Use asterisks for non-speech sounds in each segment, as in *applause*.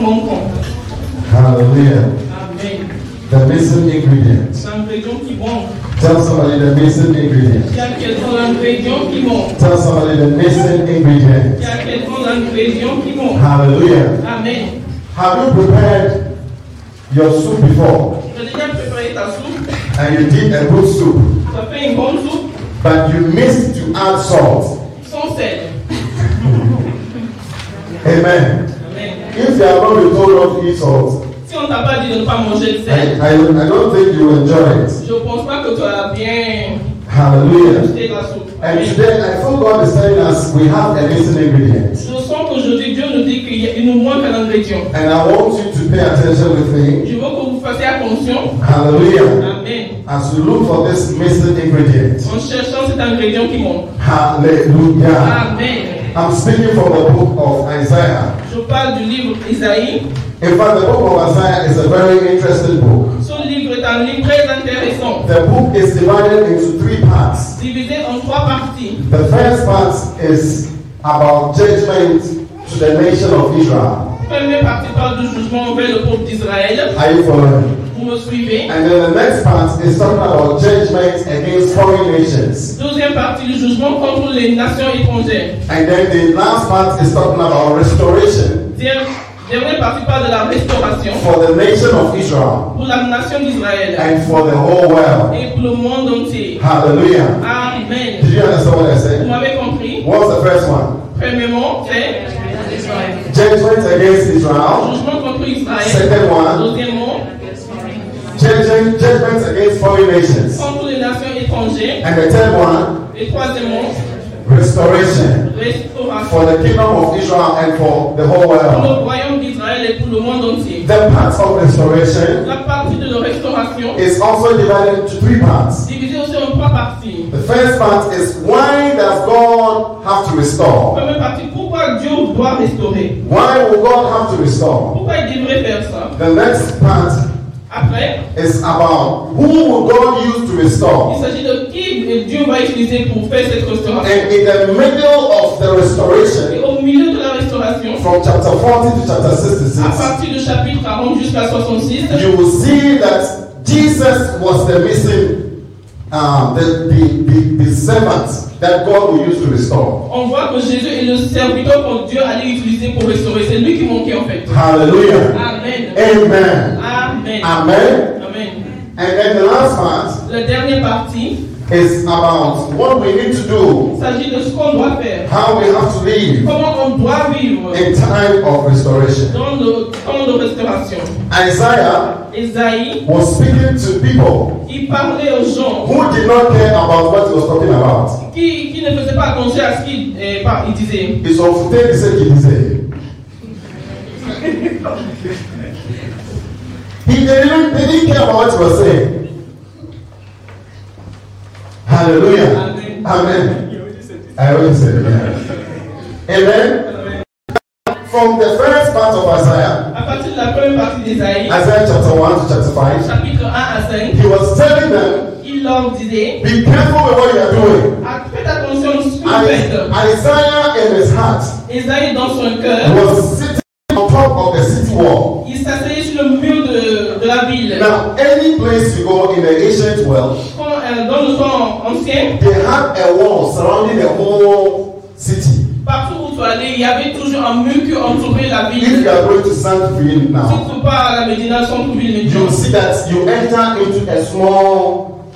manquants. Hallelujah. Amen. The missing ingredient. C'est un ingrédient qui manque. Tell somebody the missing ingredient. Il y a quelqu'un l'ingrédient qui manque. Tell somebody the missing Il y ingredient. a quelqu'un l'ingrédient qui manque. Hallelujah. Amen. Have you prepared your soup before Tu as déjà préparé ta soupe. and you did a good soup, Tu as fait une bonne soupe but you missed to add salt? sans sel. Amen. Amen. If you are not told not to eat salt, Si on t'a pas dit de ne pas manger de I, sel, I, I don't think you will enjoy it. je pense pas que tu as bien Hallelujah. acheté la soupe. And today I feel God is telling us we have a missing ingredient. Je sens qu'aujourd'hui, Dieu nous dit qu'il y a- il nous manque un ingrédient. And I want you to pay attention with me. Je veux que vous fassiez attention. Hallelujah. Amen. As you look for this missing ingredient. En cherchant cet ingrédient qui manque. Hallelujah. Amen. I'm speaking from the book of Isaiah. Je parle du livre Isaïe. In fact, the book of Isaiah is a very interesting book. Ce livre est un livre très intéressant, The book is divided into three parts. divisé en trois parties. The first part is about judgment to the nation of Israel. La première partie parle du jugement envers le peuple d'Israël. Are you following? Vous me suivez And then the next part is talking about judgment against foreign nations. Deuxième partie, le jugement contre les nations étrangères. And then the last part is talking about restoration Dernière dernière partie parle de la restauration for the nation of Israel pour la nation d'Israël and for the whole world. et pour le monde entier. Hallelujah. Did Amen. you understand what I Vous said? m'avez compris What's the first one? Premièrement, c'est Judgment against Israel. jugement contre Israël. Second one, Deuxièmement, judgment, judgment against foreign nations. contre les nations étrangères. And the third one, Et troisièmement, restoration restauration for the kingdom of Israel and for the whole pour le world. royaume d'Israël et pour le monde entier. The part of restoration La partie de la restauration is also divided into three parts. divisée aussi en trois parties. The first part is why does God have to restore? Première partie, pourquoi Dieu doit restaurer Why will God have to restore? Pourquoi il devrait faire ça The next part Après, is about who will God use to il restore? s'agit de qui Dieu va utiliser pour faire cette restauration. And in the middle of the Et restoration, au milieu de la restauration, from chapter 40 to chapter à 66, partir du chapitre 40 jusqu'à 66, you will see that Jesus was the missing, uh, the, the, the, the servant that God will use to restore. on voit que Jésus est le serviteur que Dieu allait utiliser pour restaurer. C'est lui qui manquait en fait. Hallelujah. Amen. Amen. Amen. Amen. Amen. And then the last La dernière partie, part is about what we need to do, il s'agit de ce qu'on doit faire. how we have to live Comment on doit vivre in time of restoration. dans le temps de restauration. Isaiah Esaïe, was speaking to people il parlait aux gens who did not care about what he was talking about. qui, qui ne faisaient pas attention à ce qu'il eh, par- il disait. Ils s'en foutaient de ce qu'il disait. He didn't, they didn't care about what he was saying. Hallelujah. Amen. Amen. I already said amen. Amen. From the first part of Isaiah, À partir de la première partie d'Ésaïe, Isaiah chapter 1 to chapter 5, chapitre 1 à 5, he was telling them, il leur disait be careful with what you are doing. Ah, Faites attention à ce que vous faites. I- Isaiah in his heart Esaïe, dans son cœur, was sitting on top of the city wall. il s'asseyait sur le mur de, de la ville. Now, any place you go in the ancient world, Quand, euh, dans le temps ancien, they had a wall surrounding the whole city. partout où tu allais, il y avait toujours un mur qui entourait la If ville. you are going to San Fien now, Si tu pars à la Médina, centre-ville, you Médina, will see that you enter into a small,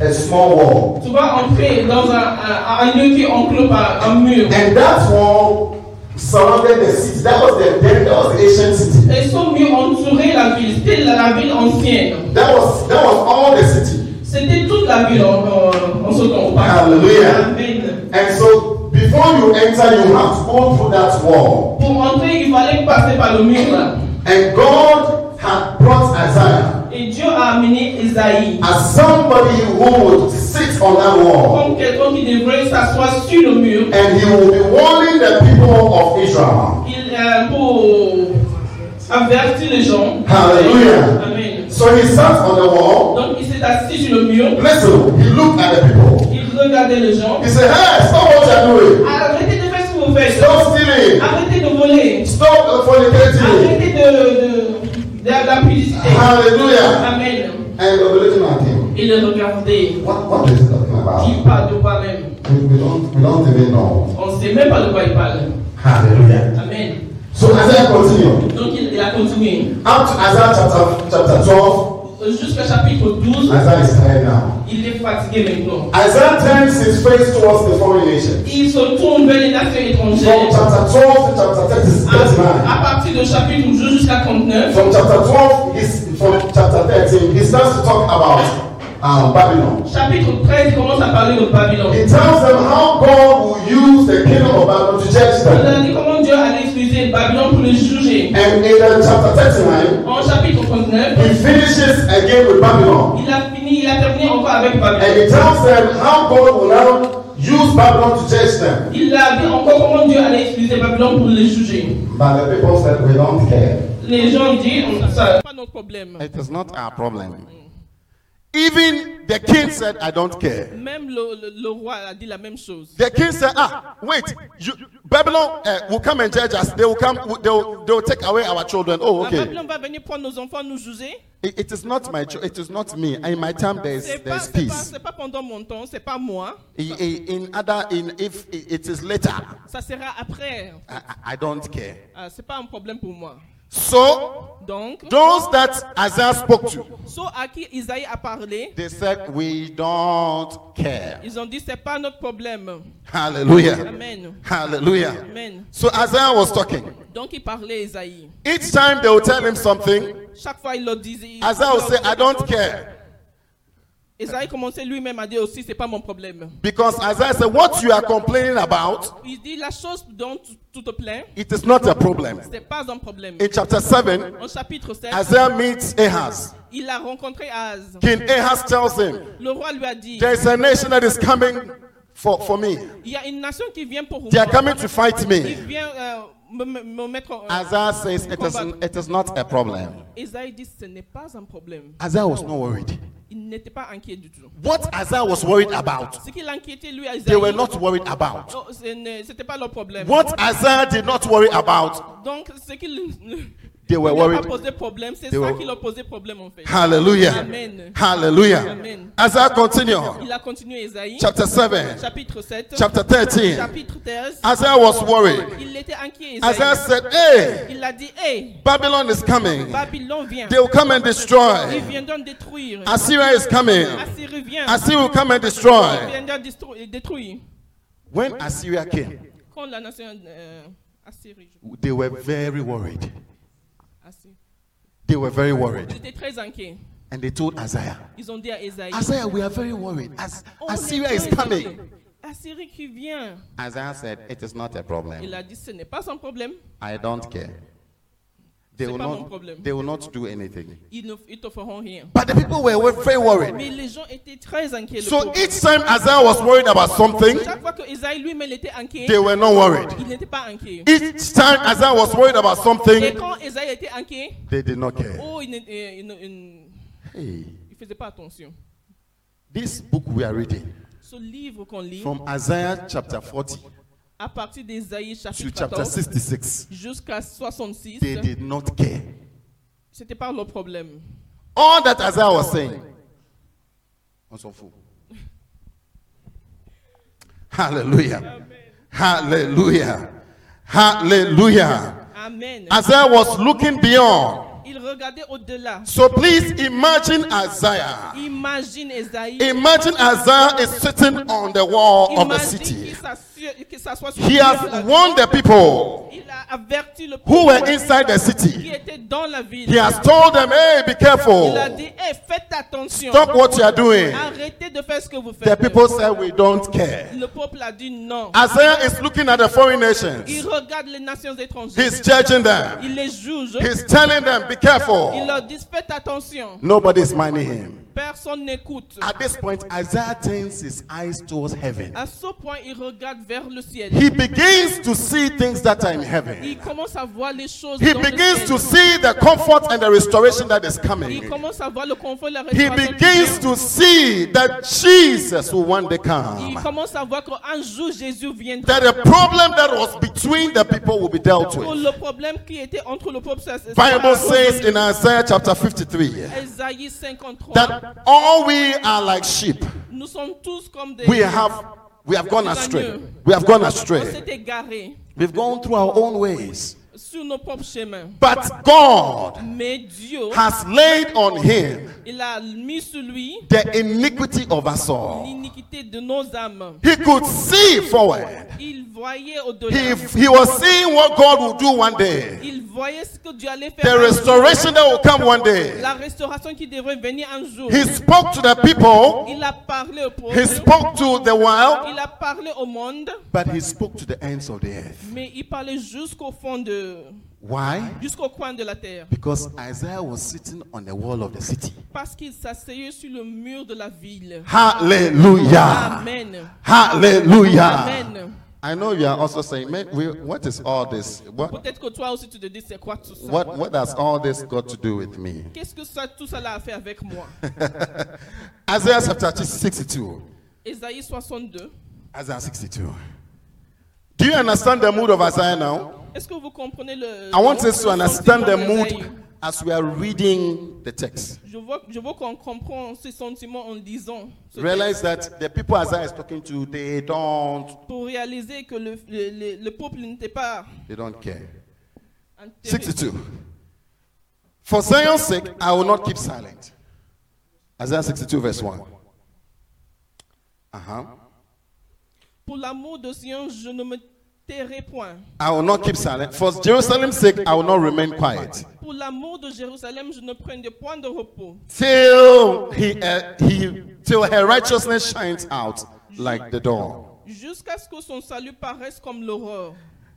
a small wall, tu vas entrer dans un, un, un lieu qui est enclos par un mur. and that wall surrounded the city. That was the then that was the ancient city. Ils sont mieux entourés la ville. C'était la, la ville ancienne. That was that was all the city. C'était toute la ville en, en, en ce temps. au parc. Alléluia. Amen. And so, before you enter, you have to go through that wall. Pour entrer, il fallait passer par le mur là. And God had brought Isaiah Et Dieu a amené Esaïe as somebody who would sit on that wall comme quelqu'un qui devrait s'asseoir sur le mur and he would be warning the people of Israel. il, euh, pour avertir les gens. Hallelujah. Amen. So he sat on the wall. Donc il s'est assis sur le mur. Listen, he looked at the people. Il regardait les gens. He said, Hey, stop what you're doing. Arrêtez de faire ce que vous faites. Stop stealing. Arrêtez de voler. Stop fornicating. Arrêtez de cela puisse être. Hallelujah. Amen. And we're looking at him. Et le regarder, What, what is he talking about? il parle de toi-même. We, we, don't, we don't even know. On ne sait même pas de quoi il parle. Hallelujah. Amen. So Isaiah continue. Donc il, il a continué. Up to Isaiah chapter, chapter 12. Jusqu'au chapitre 12, Isaiah is tired now. il est fatigué maintenant. Isaiah turns his face towards the foreign nation. Il se tourne vers les nations From étrangères. chapter 12 to chapter À, 30, 39. à partir de chapitre 12 jusqu'à 39, From chapter 12, he's, from chapter 13, he starts to talk about um, Babylon. chapitre 13, il commence à parler de Babylon. He tells them how God will use the kingdom of Babylon to Il judge them. a dit comment Dieu allait utiliser Babylon pour le juger. And in uh, chapter 39, En chapitre 39, he finishes again with Babylon. il a fini, il a terminé encore avec Babylon. And he tells them how God will now use Babylon to judge them. Il a dit encore comment Dieu allait utiliser Babylon pour le juger. But the people said, We don't care. Les gens disent, on- ça n'est pas notre problème. It is not our problem. Even the king said, I don't care. Même le, le- le roi a dit la même chose. The king said, Ah, wait, you, Babylon uh, will come and judge us. They will come, they will, they will take away our children. Oh, La okay. Babylon va venir prendre nos enfants, nous juger. It, it is not my, cho- it is not me. In my time, there is, C'est there pas, is c'est pas, peace. c'est pas pendant mon temps, c'est pas moi. I- i- In other, in if i- it is later, Ça sera après. I, I- I don't care. Ah, c'est pas un problème pour moi. So Donc, those that Isaiah spoke to, ceux à qui Isaïe a parlé, they said, We don't care. ils ont dit c'est pas notre problème. Hallelujah. Amen. Hallelujah. Amen. So Isaiah was talking. Donc il parlait Isaïe. Each time they will tell him something, Chaque fois il le disait. il- Isaiah will say, I don't care. Isaïe commençait lui-même à dire aussi c'est pas mon problème. Because Isaiah said, What you are complaining about, Il dit la chose dont tu, tu te plains, it is not a problem. c'est pas un problème. In chapter 7, En chapitre 7, Isaiah meets Ahaz. il a rencontré Az. King Ahaz tells him, Le roi lui a dit There is a nation that is coming for, for me. il y a une nation qui vient pour They moi. are coming to fight Il me. vient euh, me, me- me mettre. en- Isaiah says, it is, it is not a problem. Isaïe dit ce n'est pas un problème. Isaiah was not worried. Il n'était pas inquiet du tout. What Isaiah was worried about, Ce qui l'inquiétait lui à they Isaïe, were not worried about. oh, ce n'est- c'était pas leur problème. What Isaiah did not worry about, Donc, ce qui lui they were lui a pas worried posé problème, c'est They ça were- qui leur posait problème en fait. Hallelujah. Amen. Hallelujah. Amen. As I continue, Il a continué Isaïe, chapter 7, chapitre 7, chapter 13. chapitre 13. As I was worried, Il était inquiet, as I Isaïe. said, hey, Il a dit, hé, hey, Babylon is coming. Babylon vient. They will come and Ils destroy. viendront détruire. Assyria is coming. Assyrie vient. Assyria will come and Ils destroy. viendront destru- euh, détruire. When Assyria came, Quand la nation euh, Assyrie, je- they were very worried. Assyrie. They were very Ils worried. étaient très inquiets. And they told Isaiah, Ils ont dit à Isaïe, Isaiah, we are very worried. As- On est Assyria is très coming. inquiets. Assyrie qui vient. Isaiah said, it is not a Il problem. a dit, ce n'est pas son problème. I don't care. They C'est will pas mon not, problème. they will not do anything. Ils ne ils te feront rien. But the people were were very Mais worried. les gens étaient très inquiets. le So peuple. each time Isaiah was worried about something, Chaque fois que Isaïe lui-même était inquiet, they were not worried. il n'était pas inquiet. Each time Isaiah was worried about Et something, quand Isaïe était inquiet, they did not care. oh, il ne euh, il ne- il Hey, ne faisait pas attention. this book we are reading Ce livre qu'on lit, from Isaiah chapter 40 à partir d'Isaïe to chapitre chapter 14 66, jusqu'à they 66, did not care. c'était pas leur problème. All that Isaiah was saying, on s'en fout. Hallelujah. Hallelujah. Hallelujah. Amen. Isaiah was looking beyond. Il regardait au-delà. So please imagine Isaiah. Imagine Isaïe. Imagine Isaiah is sitting on the wall of the Imagine city. qu'il s'assure- qu'il s'assoit sur He le has mur de la warned the people ville. Il a averti le peuple who were inside the qui city. était dans la ville. He has told them, hey, be Il a careful. dit, hey, faites attention. Stop what you are doing. Arrêtez de faire ce que vous The faites. people Ah. said, we don't care. Le peuple a dit non. Isaiah is looking at the foreign Il nations. regarde les nations étrangères. He's judging them. Il les juge. He's telling them, be Il careful. leur dit, faites attention. Nobody's minding him. Personne n'écoute. At this point, Isaiah turns his eyes towards heaven. À ce point, il regarde vers le ciel. He begins to see things that are in heaven. Il commence à voir les choses He dans le begins ciel. to see the comfort and the restoration that is coming, Il commence à voir le confort et la he restauration de begins Dieu. to see that Jesus will one day come. Il commence à voir qu'un jour Jésus viendra. That the problem that was between the people will be dealt Pour with. le problème qui était entre le peuple et Bible says in Isaiah chapter 53 Esaïe 53, that all we are like sheep. nous sommes tous comme des We have we have gone astray. We have gone On astray. s'est égarés We've gone through our own ways. sur nos propres chemins. But God Mais Dieu, has laid on him il a mis sur lui the iniquity of us all. l'iniquité de nos âmes. He could see forward. Il voyait He, au-delà. he was seeing what God will do one day. Il voyait ce que Dieu allait faire. The un jour. restoration that will come one day. La restauration qui devrait venir un jour. He spoke to the people. Il a parlé au peuple. He spoke to the world. Il a parlé au monde, But he spoke to the ends of the earth. mais il parlait jusqu'au fond de, Why? jusqu'au coin de la terre, Because Isaiah was sitting on the wall of the city. parce qu'il s'asseyait sur le mur de la ville. Hallelujah. Amen. Hallelujah. Amen. I know you are also saying, "Man, we- what is all this? What, Peut-être que toi aussi tu te dis c'est quoi tout ça. what, what has all this got to do with me? Qu'est-ce que ça, tout cela a fait avec moi? Isaiah chapter 62. Ésaïe 62. Isaiah 62. Do you understand the mood of Isaiah now? Est-ce que vous comprenez le? I want us to le understand the sentiment d'Ésaïe? mood as we are reading the text. Je veux, je veux qu'on comprenne ce sentiment en lisant. ce Realize that the people Isaiah is talking to, they don't, texte Pour réaliser que le, le, le- le peuple n'était pas they don't care. enterré. 62. For Zion's sake, I will not keep silent. Isaiah 62, verse 1. Uh huh. Pour l'amour de Sion, je ne me tairai point. I will not keep silent. For Jerusalem's sake, I will not remain quiet. Pour l'amour de Jérusalem, je ne prendrai point de repos. Till he, uh, he, till her righteousness shines out like the dawn. Jusqu'à ce que son salut paraisse comme l'aurore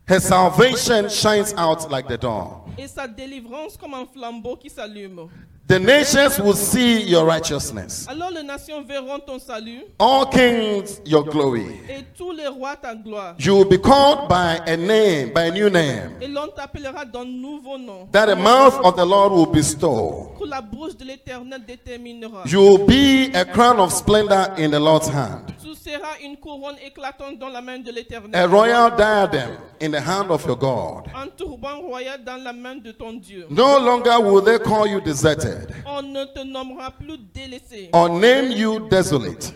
Her salvation shines out like the dawn. et sa délivrance comme un flambeau qui s'allume. The nations will see your righteousness. Alors les nations verront ton salut All kings your glory. et tous les rois ta gloire. You will be called by a name, by a new name. Et l'on t'appellera d'un nouveau nom that the mouth of the Lord will bestow. que la bouche de l'Éternel déterminera. You will be a crown of splendor in the Lord's hand, Tu seras une couronne éclatante dans la main de a l'Éternel, royal diadem in the hand of your God. un turban royal dans la main de ton Dieu. No longer will they call you deserted On ne te nommera plus délaissé. or name you desolate,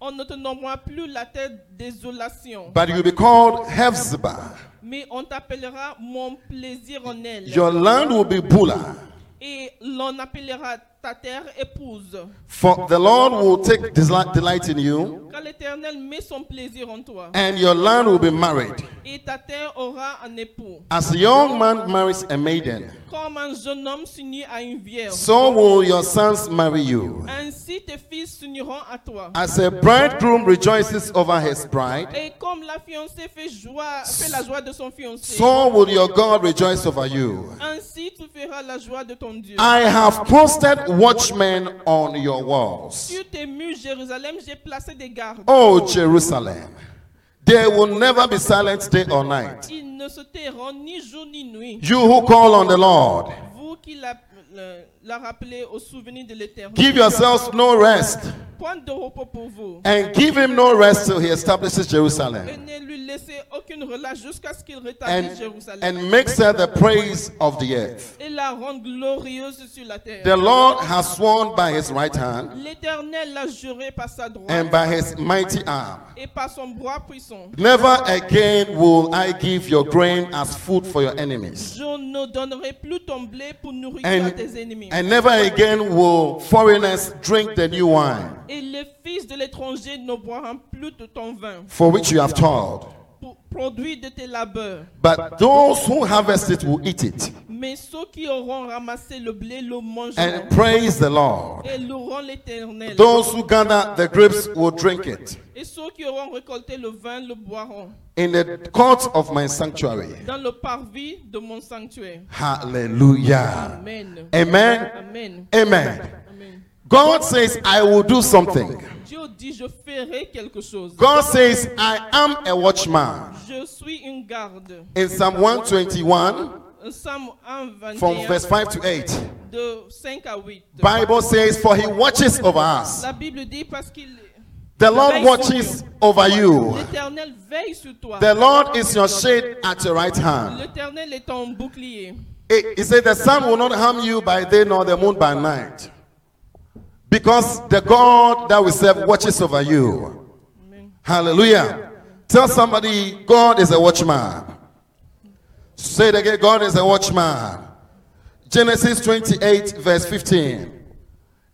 On ne te nommera plus la terre désolation, but you'll be called Hephzibah. mais on t'appellera mon plaisir en elle. Your land will be Bula, Et l'on appellera ta terre épouse. for the Lord will take desli- delight in you, Car l'Éternel met son plaisir en toi. and your land will be married. Et ta terre aura un époux. As a young man marries a maiden, Comme un jeune homme s'unit à une vierge, so will your sons marry you. ainsi tes fils s'uniront à toi. As a bridegroom rejoices over his bride, Et comme la fiancée fait, joie, fait la joie de son fiancé, so will your God rejoice over you. ainsi tu feras la joie de ton Dieu. I have posted watchmen on your walls. Sur tes murs, Jérusalem, j'ai placé des gardes. Oh, Jerusalem, they will never be silent day or night. Ils ne se tairont ni jour ni nuit. You who call on the Lord, Vous qui la, le- la rappelez au souvenir de l'éternel. give yourselves no rest, Point de repos pour vous. and give him no rest till he establishes Et Jerusalem ne lui laissez aucune relâche jusqu'à ce qu'il rétablisse and, Jérusalem. and makes her the praise of the earth. Et la rende glorieuse sur la terre. The Lord has sworn by his right hand L'éternel l'a juré par sa and droite by his mighty arm. et par son bras puissant. Never again will I give your grain as food for your enemies. Je ne donnerai plus ton blé pour nourrir And, tes ennemis. and never again will foreigners drink the new wine Et les fils de l'étranger ne boiront plus de ton vin, for which you have toiled. pour produit de tes labeurs. But those who harvest it will eat it Mais ceux qui auront ramassé le blé le mangeront and praise the Lord. et loueront l'éternel. Those who gather the grapes will drink it Et ceux qui auront récolté le vin le boiront in the court of my sanctuary. dans le parvis de mon sanctuaire. Hallelujah. Amen. Amen. Amen. Amen. Amen. God says, I will do something. Dieu dit, je ferai quelque chose. God says, I am a watchman. Je suis une garde. In Psalm 121, Psalm 1, from verse 5 to 8. de 5 à 8. Bible says, For he watches over us. La Bible dit parce qu'il The Lord watches over you. l'Éternel veille sur toi. The Lord is your shade at your right hand. L'Éternel est ton bouclier. It, it says, The sun will not harm you by day nor the moon by night. Because the God that we serve watches over you. Amen. Hallelujah. Tell somebody, God is a watchman. Say it again, God is a watchman. Genesis 28, verse 15.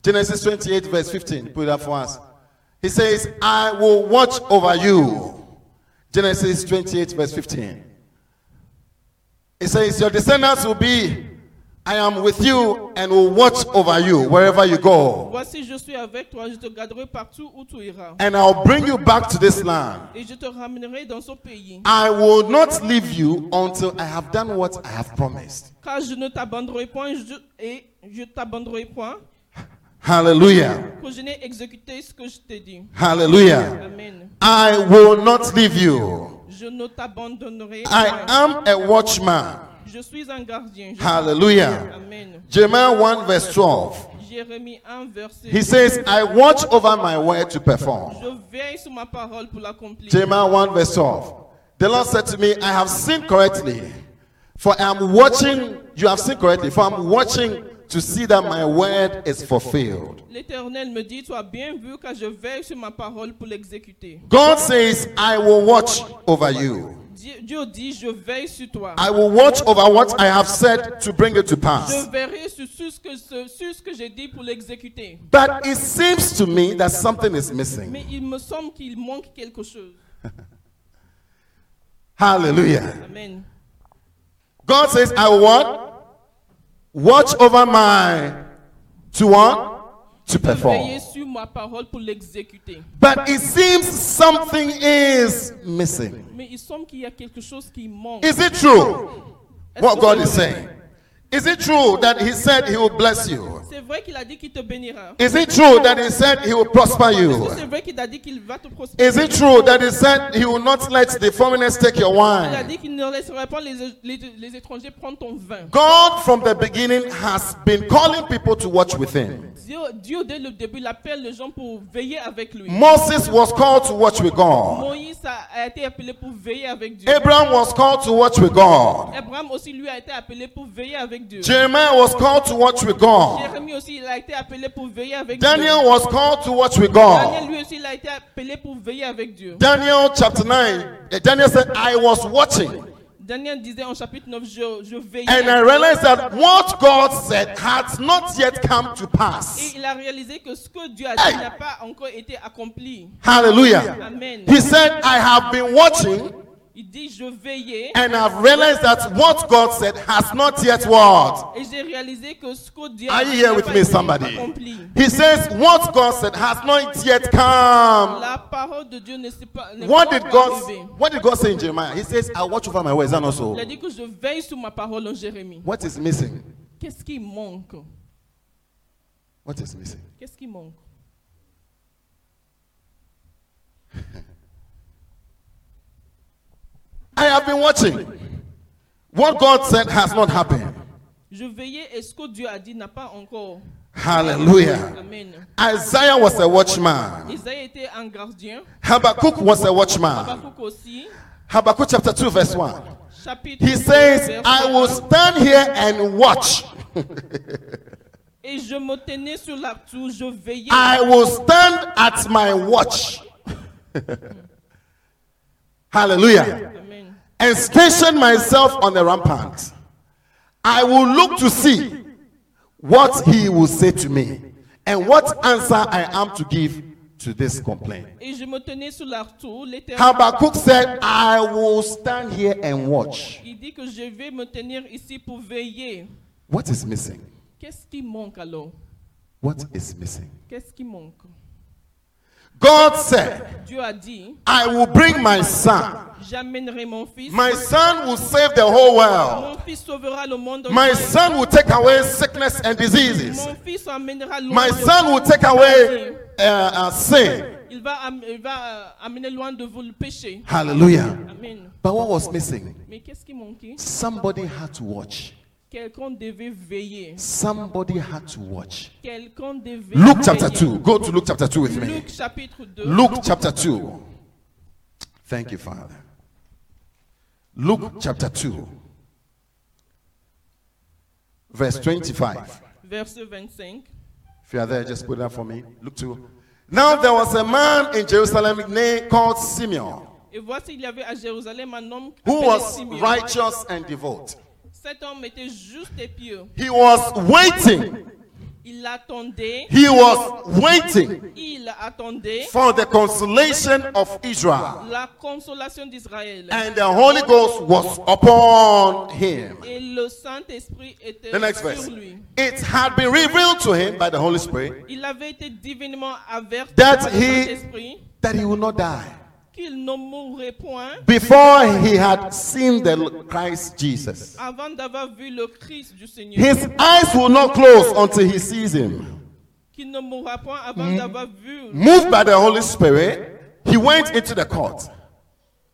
Genesis 28, verse 15. Put it up for us. He says, I will watch over you. Genesis 28, verse 15. It says, Your descendants will be, I am with you and will watch over you wherever you go. Voici, je suis avec toi, je te garderai partout où tu iras. And I'll bring you back to this land. Et je te ramènerai dans ce pays, I will not leave you until I have done what I have promised. car je ne t'abandonnerai point je- et je t'abandonnerai point, Hallelujah. que je n'ai exécuté ce que je t'ai dit. Hallelujah. Amen. I will not leave you. Je ne t'abandonnerai I point. am a watchman. Je suis un gardien. Je- Hallelujah. Amen. Jeremiah 1 verse 12. Jérémie 1, verset. He says, I watch over my word to perform. Je veille sur ma parole pour l'accomplir. Jeremiah 1 verse 12. The Lord said to me, I have seen correctly. For I am watching, you have seen correctly, for I'm watching to see that my word is fulfilled. L'Éternel me dit, tu as bien vu car je veille sur ma parole pour l'exécuter. God says, I will watch over you. Dieu, Dieu dit, je veille sur toi. I will watch over what I have said to bring it to pass. Je verrai sur, sur ce que, ce- sur ce que j'ai dit pour l'exécuter. But it seems to me that something is missing. Mais il me semble qu'il manque quelque chose. Hallelujah. Amen. God says, I will what? Watch over my to what? To Veillez perform. sur ma parole pour l'exécuter. But it seems something is missing. Mais il semble qu'il y a quelque chose qui manque. Is it true Est-ce what que God c'est is vrai? saying? Is it true that He said He will bless you? C'est vrai qu'il a dit qu'il te bénira. Is it true that He said He will prosper Est-ce you? que c'est vrai qu'il a dit qu'il va te prospérer? Is it true that He said He will not let the foreigners take your Il a wine? dit qu'il ne laisserait pas les, les, les étrangers prendre ton vin. God from the beginning has been calling people to watch with him. Dieu, Dieu, dès le début, il appelle les gens pour veiller avec lui. Moses was called to watch with God. Moïse a, a été appelé pour veiller avec Dieu. Abraham was called to watch with God. Abraham aussi, lui, a été appelé pour veiller avec Dieu. Jeremiah was called to watch with God. Jérémie aussi, il a été appelé pour veiller avec Daniel Dieu. was called to watch with Daniel, God. lui aussi, il a été appelé pour veiller avec Dieu. Daniel chapter 9. eh, Daniel said, I was watching. Daniel disait en chapitre 9, je, je veillais. And I realized that what God said had not yet come to pass. Et il a réalisé que ce que Dieu a dit Hey. n'a pas encore été accompli. Hallelujah. Amen. He said, I have been watching Il dit, je veillais. and I've realized that what God said has not yet what Et j'ai réalisé que ce que Dieu Are a you dit here n'a with pas me, été somebody? accompli. He says, What God said has not yet come. La parole de Dieu ne s'est pas. ne What s'est did pas arrivée. God what did God say in Jeremiah? He says, I'll watch over my words and also. Il a dit que je veille sur ma parole en Jérémie. What is missing? Qu'est-ce qui manque What is missing? Qu'est-ce qui manque I have been watching. What God said has not happened. Je veillais et ce que Dieu a dit n'a pas encore. Hallelujah. Amen. Isaiah was a watchman. Isaïe était un gardien. Habakkuk was a watchman. Habakkuk aussi. Habakkuk chapter 2, verse 1. Chapitre. He 2, says, verset I will 1. stand here and watch. Et je me tenais sur la tour, je veillais. I will stand at my watch. *laughs* Hallelujah. Amen. And station myself on the rampart. I will look to see what he will say to me and what answer I am to give to this complaint. Et je me tenais sur la tour. L'Éternel. Habakkuk said, I will stand here and watch. Il dit que je vais me tenir ici pour veiller. What is missing? Qu'est-ce qui manque alors What is missing? Qu'est-ce qui manque God said, Dieu a dit, I will bring my son. j'amènerai mon fils. My son will save the whole Mon world. fils sauvera le monde. My entier. son will take away sickness and diseases. Mon fils emmènera loin My le son will monde take away uh, uh, sin. entier. il va, am- il va euh, amener loin de vous le péché. Hallelujah. Amen. But what was missing? Mais qu'est-ce qui manquait Somebody had to watch. Quelqu'un devait veiller. Somebody had to watch. Quelqu'un devait Luke chapter veiller. 2. Go to Luke chapter 2 with me. Luc chapitre 2. Luke chapter 2. Thank you, Father. Luke chapter 2, verse 25. verset 25. If you are there, just put it up for me. Luke 2. Now there was a man in Jerusalem named called Simeon, Et voici, il y avait à Jérusalem un homme who appelé was Simeon. righteous and devout. Cet homme était juste et pieux. He was waiting. Il attendait, He was waiting il attendait for the consolation of Israel. la consolation d'Israël. And the Holy Ghost was upon him. Et le Saint-Esprit était The next sur verse. lui. It had been revealed to him by the Holy Spirit Il avait été divinement averti That par he- le Saint-Esprit that he would not die qu'il ne mourrait point before he had seen the Christ Jesus. avant d'avoir vu le Christ du Seigneur. His eyes will not close until he sees him. Qu'il ne mourra point avant Mm. d'avoir vu. Moved by the Holy Spirit, he went into the court.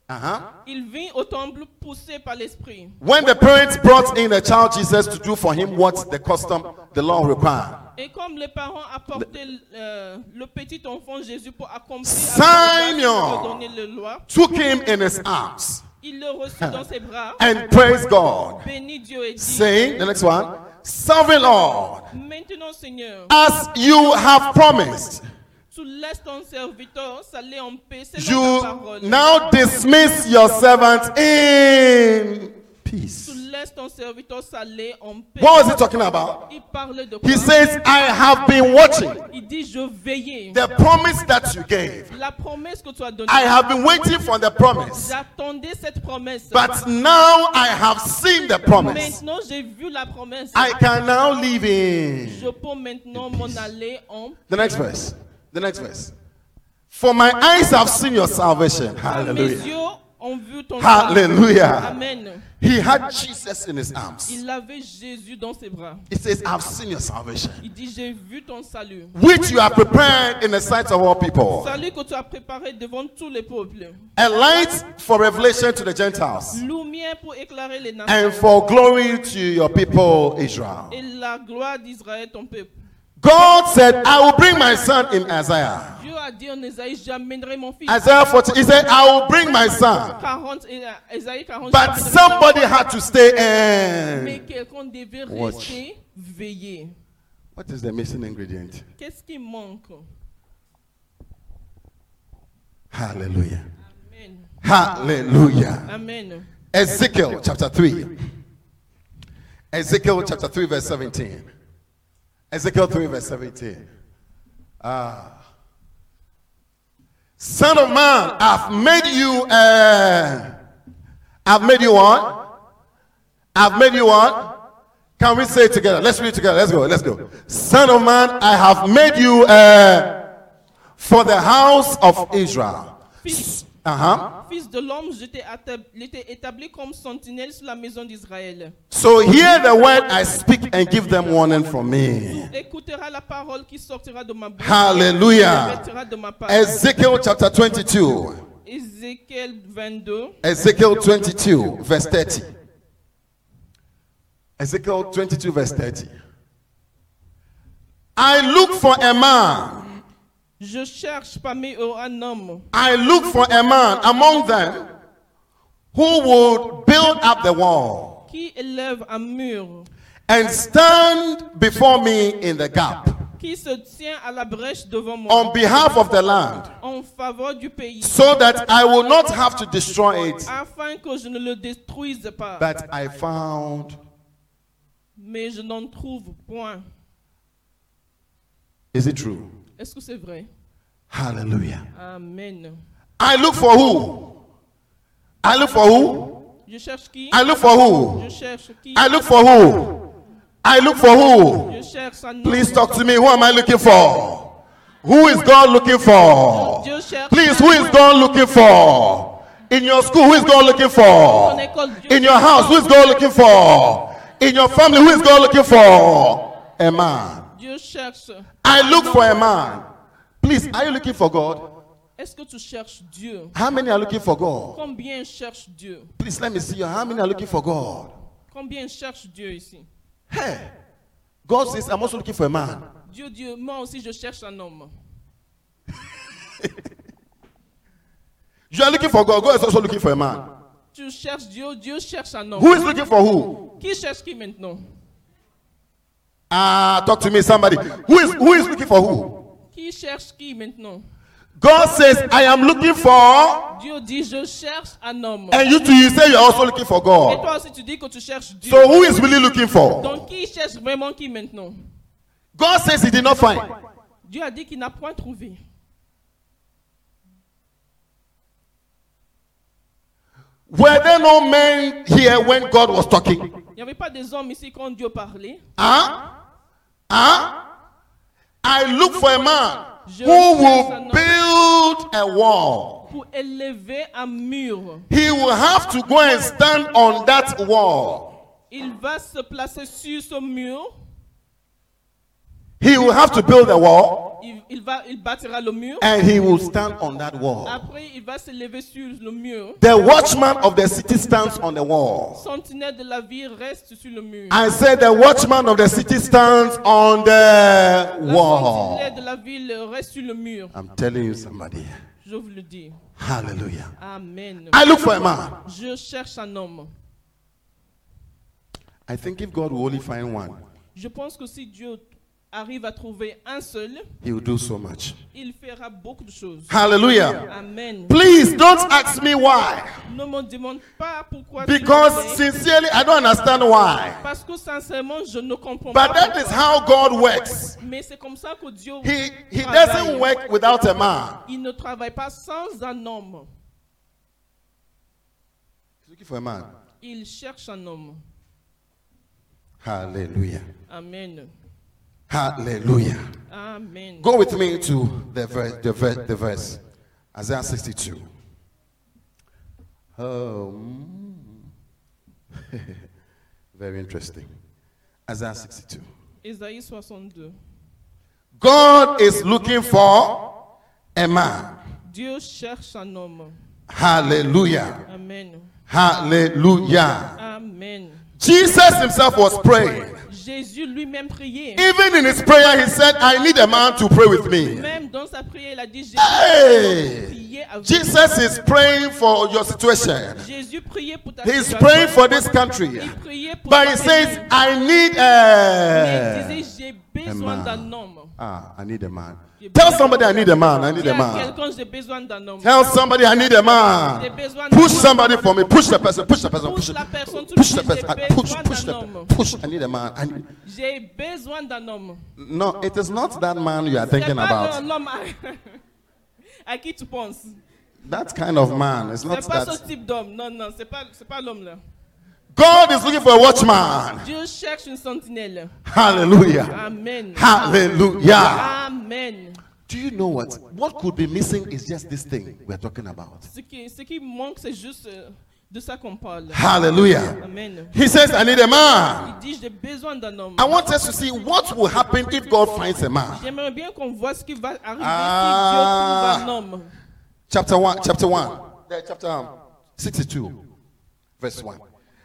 Uh-huh. Il vit au temple poussé par l'Esprit. When the parents brought in the child Jesus to do for him what the custom, the law required, Et comme les parents apportaient euh, le petit enfant Jésus pour accomplir Simeon. donner le loi, took him in his arms il le reçut dans ses *laughs* bras, and praised God, bénit Dieu et dit saying, the next one, Sovereign Lord, Maintenant, Seigneur, as you have promised, tu laisses ton serviteur s'aller en paix selon ta you parole. now dismiss your servant in Tu peace. laisses ton serviteur s'aller en paix. What was he talking about? Il parle de quoi He says, I have been watching Il dit Je veillais. the promise that you gave. La promesse que tu as donnée, I have been waiting for the promise, j'attendais cette promesse. but now I have seen the promise. Maintenant, j'ai vu la promesse. I can now live in. Je peux maintenant m'en aller en The next verse. The next verse. For my eyes have seen your salvation. Mes Hallelujah. yeux ont vu ton Hallelujah. salut. Amen. He had Jesus in his arms. Il avait Jésus dans ses bras. He says, I've seen your salvation, Il dit J'ai vu ton salut. which you have prepared in the sight of all people. Salut que tu as préparé devant tous les peuples. A light for revelation to the Gentiles Lumière pour éclairer les nations. and for glory to your people, Israel. Et la gloire d'Israël, ton peuple. God said, I will bring my son in Isaiah. Dieu a dit en Esaïe J'amènerai mon fils. Isaiah 40, he said, I will bring my son. 40, et- euh, Esaïe 40. But somebody had to stay Mais in. quelqu'un devait Watch. rester veillé. What is the missing ingredient? Qu'est-ce qui manque Hallelujah. Amen. Hallelujah. Amen. Ezekiel chapter 3. Ezekiel chapter 3, verse 17. Ezekiel 3, verse 17. Ah. Son of man, I've made you uh, I've made you one. I've made you one. Can we say it together? Let's read it together. Let's go. Let's go. Son of man, I have made you uh, for the house of Israel. Fils, Uh-huh. fils de l'homme, je t'ai atta- je t'ai établi comme sentinelle sur la maison d'Israël. So hear the word I speak and give them warning from me. écoutera la parole qui sortira de ma bouche. Hallelujah. Et revêtira de ma part. Ezekiel chapter 22. Ézéchiel 22, Ezekiel 22, verse 30. Ezekiel 22, verse 30. I look for a man. je cherche parmi eux un homme I look for a man among them who would build up the wall qui élève un mur, and stand before me in the gap qui se tient à la brèche devant moi, on behalf of the land en faveur du pays, so that I will not have to destroy it afin que je ne le détruise pas. But I found Mais je n'en trouve point. is it true? Est-ce que c'est vrai? Hallelujah. Amen. I look for who? I look for who? Je cherche qui? I look for Je who? cherche qui? I look for who? I look for who? Je cherche un homme. Please talk to me. Who am I looking for? Who is God looking for? Dieu cherche Please, who is God looking for? In your school, who is God looking for? In your house, who is God looking for? In your family, who is God looking for? A man. Dieu cherche. I look for a man. Please, are you looking for God? Est-ce que tu cherches Dieu? How many are looking for God? Combien cherche Dieu? Please let me see you. How many are looking for God? Combien cherche Dieu ici? Hey, God says, I'm also looking for a man. Dieu, Dieu, moi aussi je cherche un homme. You are looking for God. God is also looking for a man. Tu cherches Dieu, Dieu cherche un Who homme. is looking for who? Qui cherche qui maintenant? Ah, talk to me, somebody. Who is who is looking for who? Qui cherche qui maintenant? God says, I am looking for, Dieu dit je cherche un homme. and you too, you say you are also looking for Et God. toi aussi tu dis que tu cherches Dieu. So who is really looking for? Donc qui cherche vraiment qui maintenant? God says he did not find. Dieu a dit qu'il n'a point trouvé. Were there no men here when God was talking? Il n'y avait pas des hommes ici quand Dieu parlait. Huh? Huh? I look for a man who will build a wall. pour élever un mur. He will have to go and stand on that wall. Il va se placer sur ce mur. He will have to build a wall Il, il va, il bâtira le mur. and he will stand on that wall. Après, il va se lever sur le mur. The watchman of the city stands on the wall. Sentinelle de la ville reste sur le mur. I said, The watchman of the city stands on the La sentinelle de wall. la ville reste sur le mur. I'm telling you, somebody. Je vous le dis. Hallelujah. Amen. I look for a man. Je cherche un homme. I think if God will only find one, Je pense que si Dieu arrive à trouver un seul, He will do so much. il fera beaucoup de choses. Hallelujah. Amen. Please don't ask me why. Ne me demande pas pourquoi. tu le Because fais, sincerely, I don't understand why. Parce que sincèrement, je ne comprends pas. But that is how God works. Mais c'est comme ça que Dieu He, he travaille. doesn't work without a man. Il ne travaille pas sans un homme. He's looking for a man. Il cherche un homme. Hallelujah. Amen. Hallelujah. Amen. Go with me to the verse, the verse, the verse. Isaiah 62. Um, *laughs* very interesting. Isaiah 62. Ésaïe 62. God is looking for a man. Dieu cherche un homme. Hallelujah. Amen. Hallelujah. Amen. Jesus himself was praying. Jésus lui-même priait. Even in his prayer, he said, I need a man to pray with me. Même dans sa prière, il a dit Jésus, Hey! priait avec Jesus is praying for your situation. Jésus priait pour ta He's situation. praying for this country. Il priait pour But ta he says, famille. Ah. I Mais need il a. disait, j'ai besoin Amen. d'un homme. Ah, I need a man. Tell somebody I need a man. I need Dis a à man. quelqu'un, j'ai besoin d'un homme. Tell somebody I need a man. Push somebody for me. Push the person. Push the person. Push, Pousse it. la personne, tout push le the monde, person. j'ai I- Push, besoin push d'un the homme. Push. I need a man. I need- J'ai besoin d'un homme. No, it is not that man you are C'est thinking pas about. un homme à... *laughs* à qui tu penses. That kind of man. It's not C'est pas ce that. type d'homme. Non, non, c'est pas, c'est pas l'homme là. God is looking for a watchman. Dieu cherche une sentinelle. Hallelujah. Amen. Hallelujah. Amen. Do you know what? What could be missing is just this thing we're talking about. Ce qui, ce qui manque, c'est juste euh, de ça qu'on parle. Hallelujah. Amen. He says, I need a man. Il dit, j'ai besoin d'un homme. I want us to see what will happen if God finds a man. J'aimerais bien qu'on voit ce qui va arriver Ah. si Dieu trouve un homme. Chapter 1, chapter 1, Yeah, chapter um, 62, verse 1.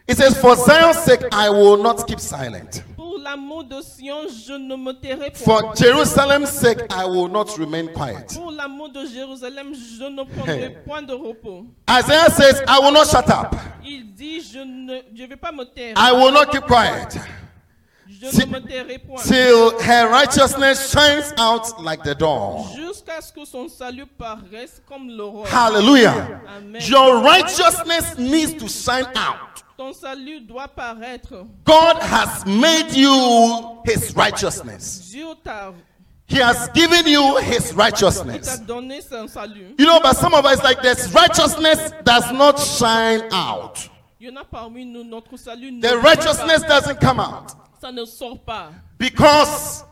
It says, For Zion's sake, I will not keep silent. Pour l'amour de Sion, je ne me tairai point. For Jerusalem's sake, I will not remain quiet. Pour l'amour de Jérusalem, je ne prendrai point de repos. Isaiah says, I will not shut up. Il dit, je ne je vais pas me taire. I will not keep quiet Je ne si- me tairai point. till her righteousness shines out like the dawn. Jusqu'à ce que son salut paraisse comme l'aurore. Ah. Hallelujah. Amen. Your righteousness needs to shine out. Ton salut doit paraître. God has made you his righteousness. Dieu t'a He has given you his il t'a righteousness. donné son salut. You know, but some of us like this righteousness does not shine out. Il y en a parmi nous, notre salut ne The sort pas. righteousness doesn't come out ça ne sort pas. because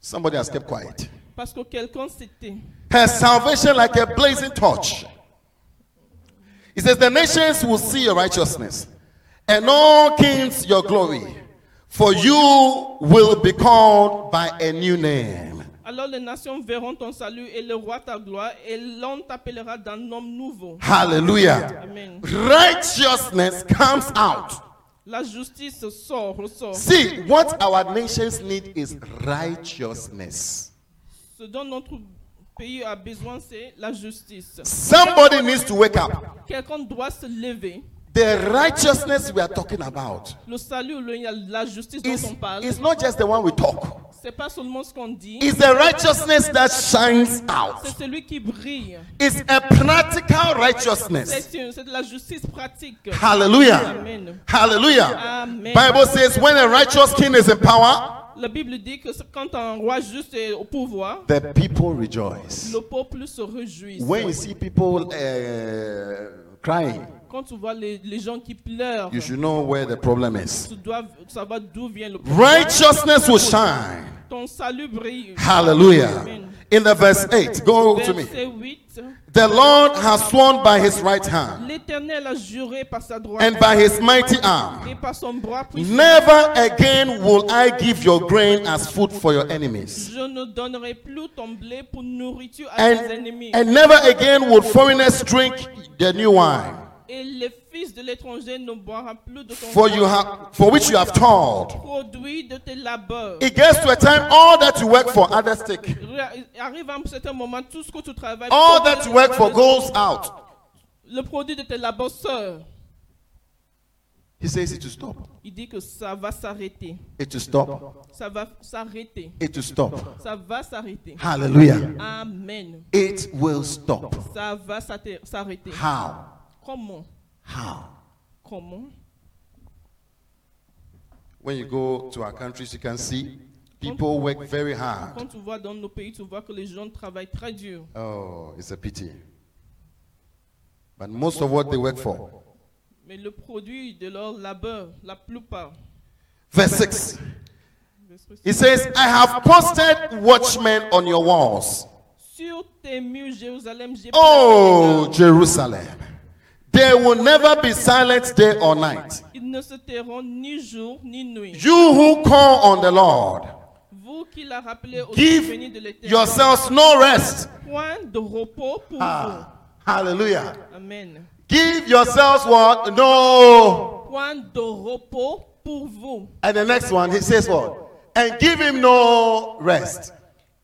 somebody has kept quiet. Parce que quelqu'un s'était. Her salvation like a blazing torch. He says, The nations will see your righteousness, and all kings your glory, for you will be called by a new name. Alors les nations verront ton salut et le roi ta gloire, et l'on t'appellera d'un nom nouveau. Hallelujah. Amen. Righteousness comes out. La justice sort, ressort. See, what our nations need is righteousness. Ce dont notre pays a besoin, c'est la justice. Somebody needs to wake up. Quelqu'un doit se lever. The righteousness we are talking about Le salut, le- la justice dont is, on parle, is not just the one we talk, c'est pas seulement ce qu'on dit, it's the righteousness that shines out. c'est celui qui brille. It's a practical righteousness. C'est une- c'est de la justice pratique. Hallelujah. Amen. Hallelujah. Amen. Bible says when a righteous king is in power, La Bible dit que quand un roi juste est au pouvoir, the people rejoice. le peuple se réjouit. When you see people uh, crying, Quand tu vois les, les gens qui pleurent, you should know where the problem is. tu dois savoir d'où vient le Righteousness will shine. Ton salut brille. Hallelujah. Amen. In the verse 8, go to me. Verset 8. The Lord has sworn by his right hand L'Éternel a juré par sa droite and by his mighty arm, et par son bras puissant. never again will I give your grain as food for your enemies. Je ne donnerai plus ton blé pour nourriture à tes And, ennemis. and never again will foreigners drink the new wine, et les fils de l'étranger ne boiront plus de ton for you have for which you have toiled. produit de tes labeurs. It gets to a time all that you work for others take. Ré- Arrive à un certain moment, tout ce que tu travailles, All tout that ce you que work tu for travailles, goes out. Le produit de tes labeurs sort. He says it to stop. Il dit que ça va s'arrêter. It to stop. Ça va s'arrêter. It to stop. Ça va s'arrêter. Hallelujah. Amen. It will stop. Ça va s'arrêter- s'arrêter. How? Comment How? Comment When you go to our countries, you can see people work very hard. Quand tu vois dans nos pays, tu vois que les gens travaillent très dur. Oh, it's a pity. But most of what they work for. Mais le produit de leur labeur, la plupart. Verse 6. He says, I have posted watchmen on your walls. Sur tes murs, Jérusalem, j'ai placé mes Oh, gardes. Jerusalem. They will never be silent day or night. Ils ne se tairont ni jour ni nuit. You who call on the Lord, Vous qui l'a rappelé au souvenir de give l'éternel. yourselves no rest. Point de repos pour Ah, hallelujah. vous. Amen. Give yourselves what? No. Point de repos pour vous. And the next one, he says what? And give him no rest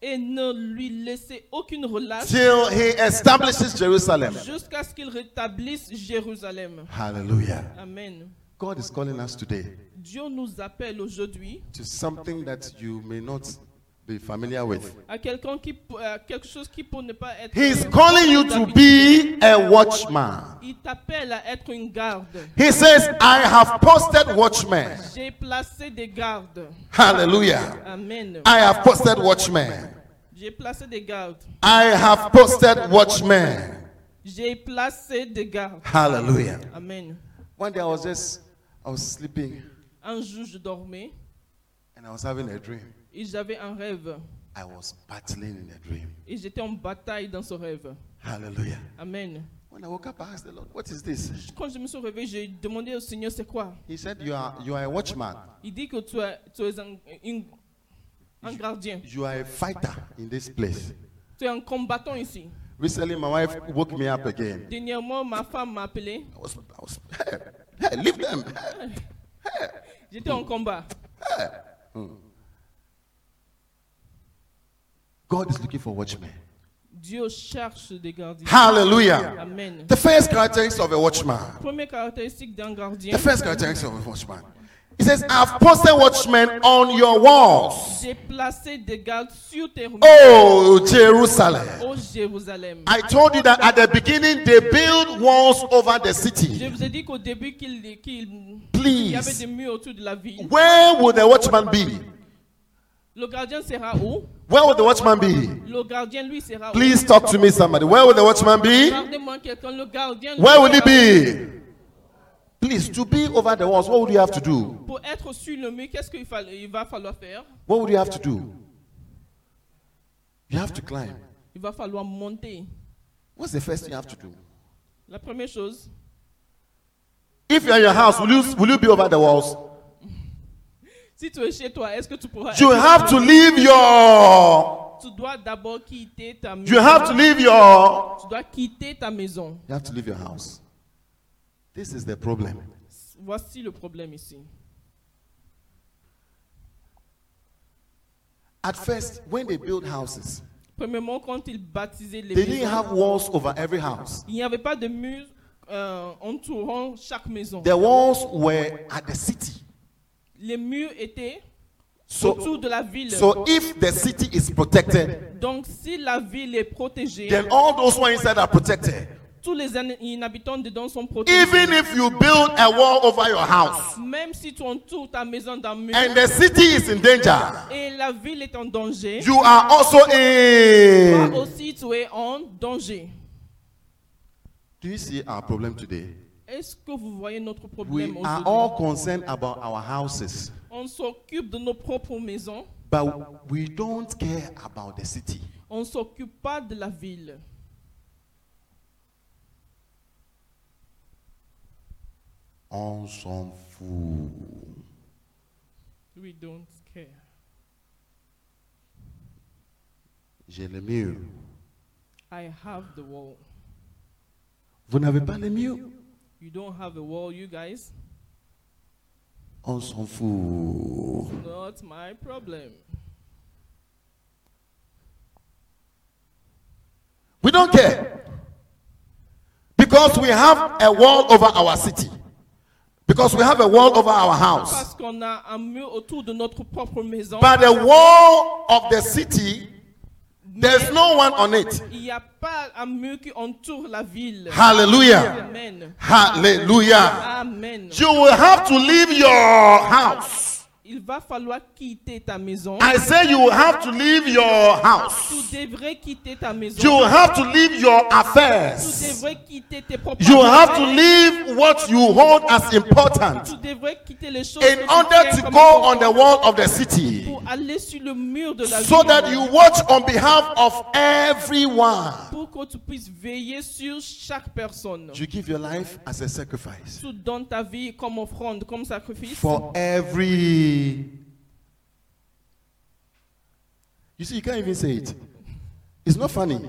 Et ne lui laissez aucune relâche till he establishes Jerusalem. jusqu'à ce qu'il rétablisse Jérusalem. Hallelujah. Amen. God is calling us today Dieu nous appelle aujourd'hui to something that you may not be familiar with. à quelqu'un qui à quelque chose qui peut ne pas être. He's calling you to be a watchman. Il t'appelle à être une garde. He says, I have posted watchmen. J'ai placé des gardes. Hallelujah. Amen. I have posted watchmen. J'ai placé des gardes. I have posted watchmen. J'ai placé des gardes. Hallelujah. Amen. One day I was just, I was sleeping Un jour, je dormais and I was having a dream. et j'avais un rêve. I was battling in a dream. Et j'étais en bataille dans ce rêve. Hallelujah. Amen. When I woke up, I asked the Lord, what is this? Quand je me suis réveillé, j'ai demandé au Seigneur c'est quoi. He said, you are, you are a watchman. Il dit que tu es, tu es un, une- un gardien. You are a fighter in this place. Tu es un combattant ici. Recently, my wife woke me up again. Dernièrement, ma femme m'a appelé. I was, I was hey, hey, leave them. Hey. J'étais en combat. God is looking for watchmen. Dieu cherche des gardiens. Hallelujah. Amen. The first characteristic of a watchman. Première caractéristique d'un gardien, The first characteristic of a watchman. He says, I've posted watchmen on your walls. j'ai placé des gardes sur tes rues Oh, Jerusalem. au Jérusalem. I told you that at the beginning they build walls over the Je city. vous ai dit qu'au début qu'il qu'il- il y avait des Please, murs autour de la ville. where will the watchman be? Le gardien sera où Where will the watchman be? Le gardien, lui, sera où Please talk to me, somebody. Where will the watchman be? Regardez-moi quelqu'un, le gardien. lui, Where will he sera où be? Please, to be over the walls, what would you have to do? Pour être sur le mur, qu'est-ce qu'il fall- il va falloir faire What would you have to do? You have to climb. Il va falloir monter. What's the first thing you have to do? La première chose, If you're in your house, will you, will you be over the walls? si tu es chez toi, est-ce que tu pourras. You être- have to leave your Tu dois d'abord quitter ta maison. You have to leave your Tu dois quitter ta maison. you have to leave your house. This is the problem. Voici le problème ici. At first, when they built houses, Premièrement, quand ils baptisaient les they maisons, didn't have walls over every house. il n'y avait pas de murs euh, entourant chaque maison. The walls were at the city. Les murs étaient autour So, de la ville. so if the city is protected, Donc, si la ville est protégée, then all those who are inside are protected. tous les in- inhabitants dedans sont protégés. Even if you build a wall over your house Même si tu entoures ta maison d'un mur and the city is in danger, et la ville est en danger, you are also toi in. aussi tu es en danger. Do you see our problem today? Est-ce que vous voyez notre We problème are aujourd'hui? all concerned about our houses, On s'occupe de nos propres maisons, but we don't care about the city. on ne s'occupe pas de la ville. On s'en fout. We don't care. J'ai le mur. I have the wall. Vous n'avez pas le mur? You don't have a wall, you guys. On s'en fout. Not my problem. We don't care. Because we have a wall over our city. Because we have a wall over our house. Parce qu'on a un mur autour de notre propre maison. But the wall of the city, there's no one on it. Il n'y a pas un mur qui entoure la ville. Hallelujah. Amen. Hallelujah. Amen. You will have to leave your house. Il va falloir quitter ta maison. I say you will have to leave your house. Tu devrais quitter ta maison. You will have to leave your Tu affairs. devrais quitter tes propres You have to affaires. leave what you hold as important Tu devrais quitter les choses in que tu order tiens to comme go on the importantes wall of the city pour aller sur le mur de la so ville that you watch on behalf of everyone. pour que tu puisses veiller sur chaque personne. You give your life as a sacrifice Tu donnes ta vie comme offrande, comme sacrifice. for every. You see, you can't even say it. It's not funny.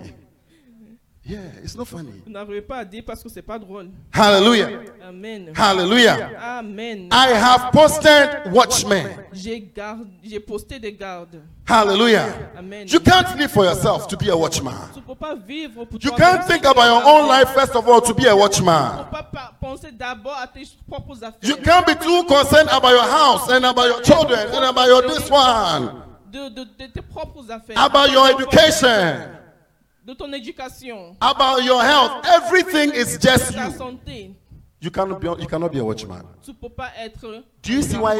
Yeah, it's not funny. Vous n'arrivez pas à dire parce que c'est pas drôle. Hallelujah. Amen. Hallelujah. Amen. I have posted watchmen. J'ai garde- j'ai posté des gardes. Hallelujah. Amen. You can't live for yourself to be a watchman. Tu ne peux pas vivre pour You toi. can't think about your own life first of all to be a Tu ne watchman. peux pas pa- penser d'abord à tes propres affaires. You can't be too concerned about your house and about your children and about your this one, de, de- de tes propres affaires. about your education, De ton éducation. about your health. Everything is De just ta you. santé. You cannot be you cannot be a watchman. Tu ne peux pas être. Do you see why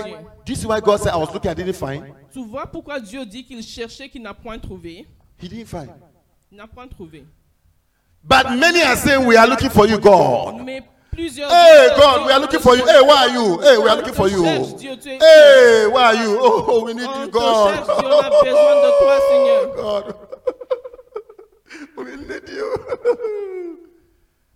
do you see why God said I was looking, I didn't find? Tu vois pourquoi Dieu dit qu'il cherchait, qu'il n'a point trouvé. He didn't find. Il n'a point trouvé. But many are saying we are looking for you, God. Mais plusieurs. Hey God, we are looking for you. Hey, where are you? Hey, we are looking for you. Hey, where are you? Oh, *laughs* we need On you, te cherche, Dieu, on a God. besoin de toi, Seigneur. God. *laughs* we need you.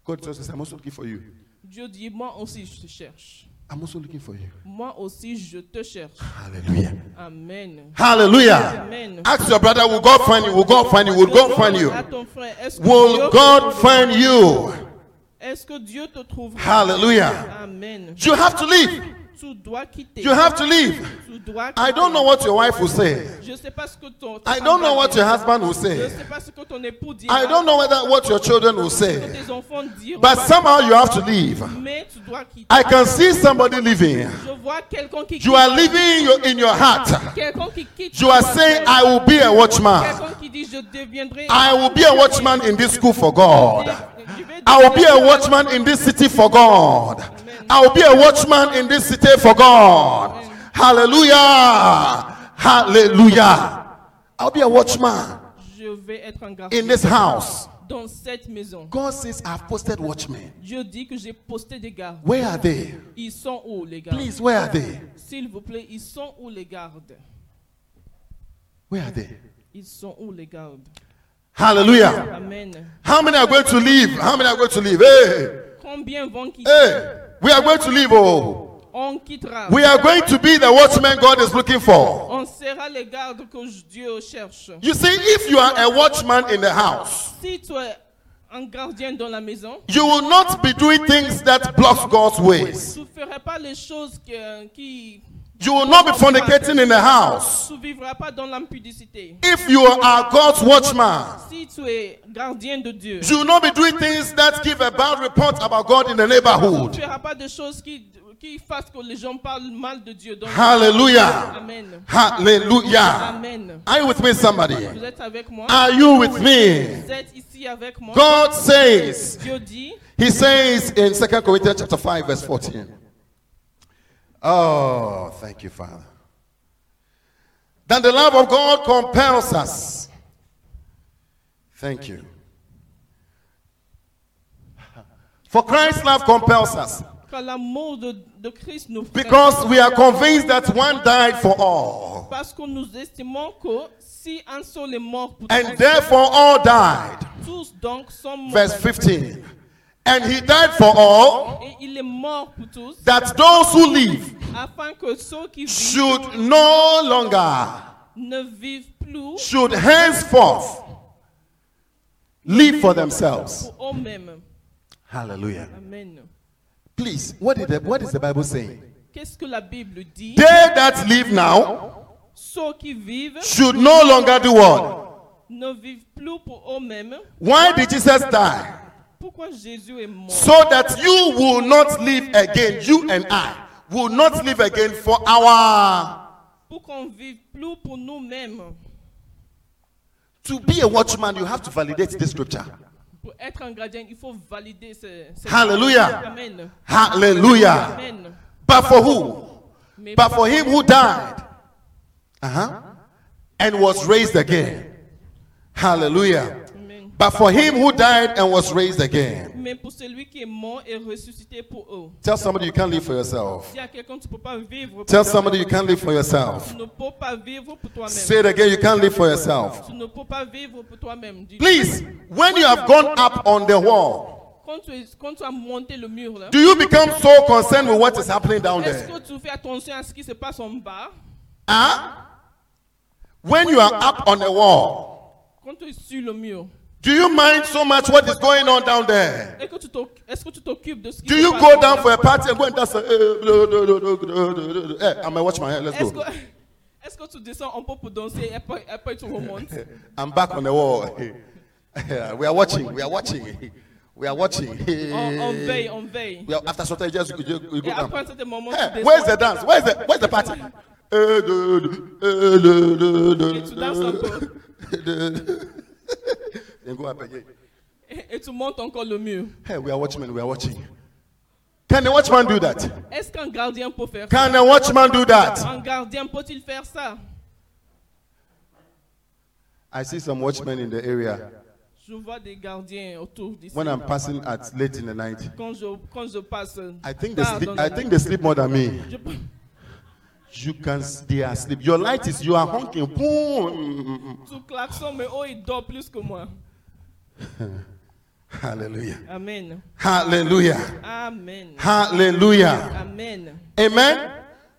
God tells us, I'm also looking for you. Dieu dit, moi aussi je te cherche. I'm also looking for you. Moi aussi je te cherche. Hallelujah. Amen. Hallelujah. Amen. Ask your brother, will God find you? Will God find you? Will God find you? À ton frère, est-ce que, Will Dieu, God find you? est-ce que Dieu te trouvera? Hallelujah. Amen. You have to leave. Tu dois quitter. You have to leave. tu dois quitter. I don't know what your wife will say. Je sais pas ce que ton. ta I femme don't va know what dire. your husband will Je say. sais pas ce que ton époux dira. I don't know whether what your children will say. Tes enfants diront. But somehow you have to leave. mais tu dois quitter. I can see somebody leaving. Je vois quelqu'un qui You are living in your, in your heart. Quelqu'un qui quitte. You are saying, I will be a watchman. Quelqu'un qui dit je deviendrai. I will be a watchman in this school for God. Je vais I will be devenir a watchman in this city for God. I will be a watchman in this city for God. Hallelujah. Hallelujah. I'll be a watchman Je vais être un garçon in this house. dans cette maison. God says, I've posted watchmen. Dieu dit que j'ai posté des gardes. Where are they? Ils sont où les gardes Please, where are they? S'il vous plaît, ils sont où les gardes Where are they? Ils sont où les gardes Hallelujah. Amen. How many are going to leave? How many are going to leave? Hey, Euh, Combien vont quitter hey, we are going to leave. Oh, on quittera. We are going to be the watchman God is looking for. On sera les gardes que j- Dieu cherche. You see, if you are a watchman in the house, Si tu es un gardien dans la maison, you will not be doing things that blocks God's ways. tu ne feras pas les choses que- qui... You will not be fornicating in the house. Tu ne vivras pas dans l'impudicité. If you are God's watchman, Si tu es gardien de Dieu, you will not be doing things that give a bad report about God in the tu neighborhood. ne feras pas de choses qui, qui fassent que les gens parlent mal de Dieu. Donc, Hallelujah. Amen. Hallelujah. Amen. Are you with me, somebody? Vous êtes avec moi? Are you with me? Vous êtes ici avec moi? God says, Dieu dit, He says in 2 Corinthians chapter 5, verse 14. Oh, thank you, Father. Then the love of God compels us. Thank you. For Christ's love compels us. que l'amour de, de Christ nous frappe. Because we are convinced that one died for all, Parce que nous estimons que si un seul est mort pour and tous, therefore all died. tous donc sont morts. Verse 15. And he died for all, Et il est mort pour tous, that those who live afin que ceux qui vivent should no longer, ne vivent plus should henceforth live for themselves. pour eux-mêmes. Hallelujah. Amen. Please, what, did the, what is the Bible saying? Qu'est-ce que la Bible dit They that live now Ceux qui vivent should no longer do what? ne vivent plus pour eux-mêmes. Why did Jesus die? Pourquoi Jésus est mort so that you will not live again. You and I will not live again for our. Pour qu'on ne vive plus pour nous-mêmes. To be a watchman, you have to validate this scripture. Pour être un gardien, il faut valider ce. ce- Hallelujah. Amen. Hallelujah. Amen. But for who? Mais But for him who died uh-huh, and was raised again. Hallelujah. Amen. But for him who died and was raised again. Mais pour celui qui est mort et ressuscité pour eux. Tell somebody you can't live for yourself. Dis à quelqu'un, tu ne peux pas vivre pour Tell toi. somebody you can't live for yourself. Tu ne peux pas vivre pour Say toi-même. it again, you can't live for yourself. Tu ne peux pas vivre pour toi-même. Dis- Please, when you have gone up on the wall, Quand tu, es- quand tu as monté le mur, là, Do you become so concerned with what is happening down est-ce que there? tu fais attention à ce qui se passe en bas Huh? Ah? When you are up on the wall, quand tu es sur le mur do you mind so much what is going on down there? Est-ce que tu t'oc- est-ce que tu t'occupes de ce qui Do se you passe go en down bas? for a party and go and dance? eh, eh, blah, blah, blah, blah, blah, blah, blah. Eh, I'm a watchman. eh, Let's Est-ce que, go. est-ce que tu descends un peu pour danser et après, après tu remontes I'm back on the wall. *laughs* we are watching. We are watching. We are watching. on, on veille, on veille. *laughs* We are after something. Just you, you, you Et go après un Eh. down. certain moment, tu Hey, descends. where's the dance? Where's the where's the party? Eh, do, do, eh, do, do, do, Et tu danses un *laughs* peu. Then go up again. Et, et tu montes encore le mur. Hey, we are watchmen, we are watching. Can a watchman do that? Est-ce qu'un gardien peut faire ça Can a watchman do that? Un gardien peut-il faire ça I see some watchmen in the area Je vois des gardiens autour d'ici. when I'm passing at late in the night. Quand je, quand je passe. I think they tard sleep, dans la I nuit, think they sleep more than me. je- You can they are asleep. Your light is you are honking. Boom. Tu klaxons, mais oh, il dort plus que moi. Hallelujah. Amen. Hallelujah. Amen. Hallelujah. Amen. Amen.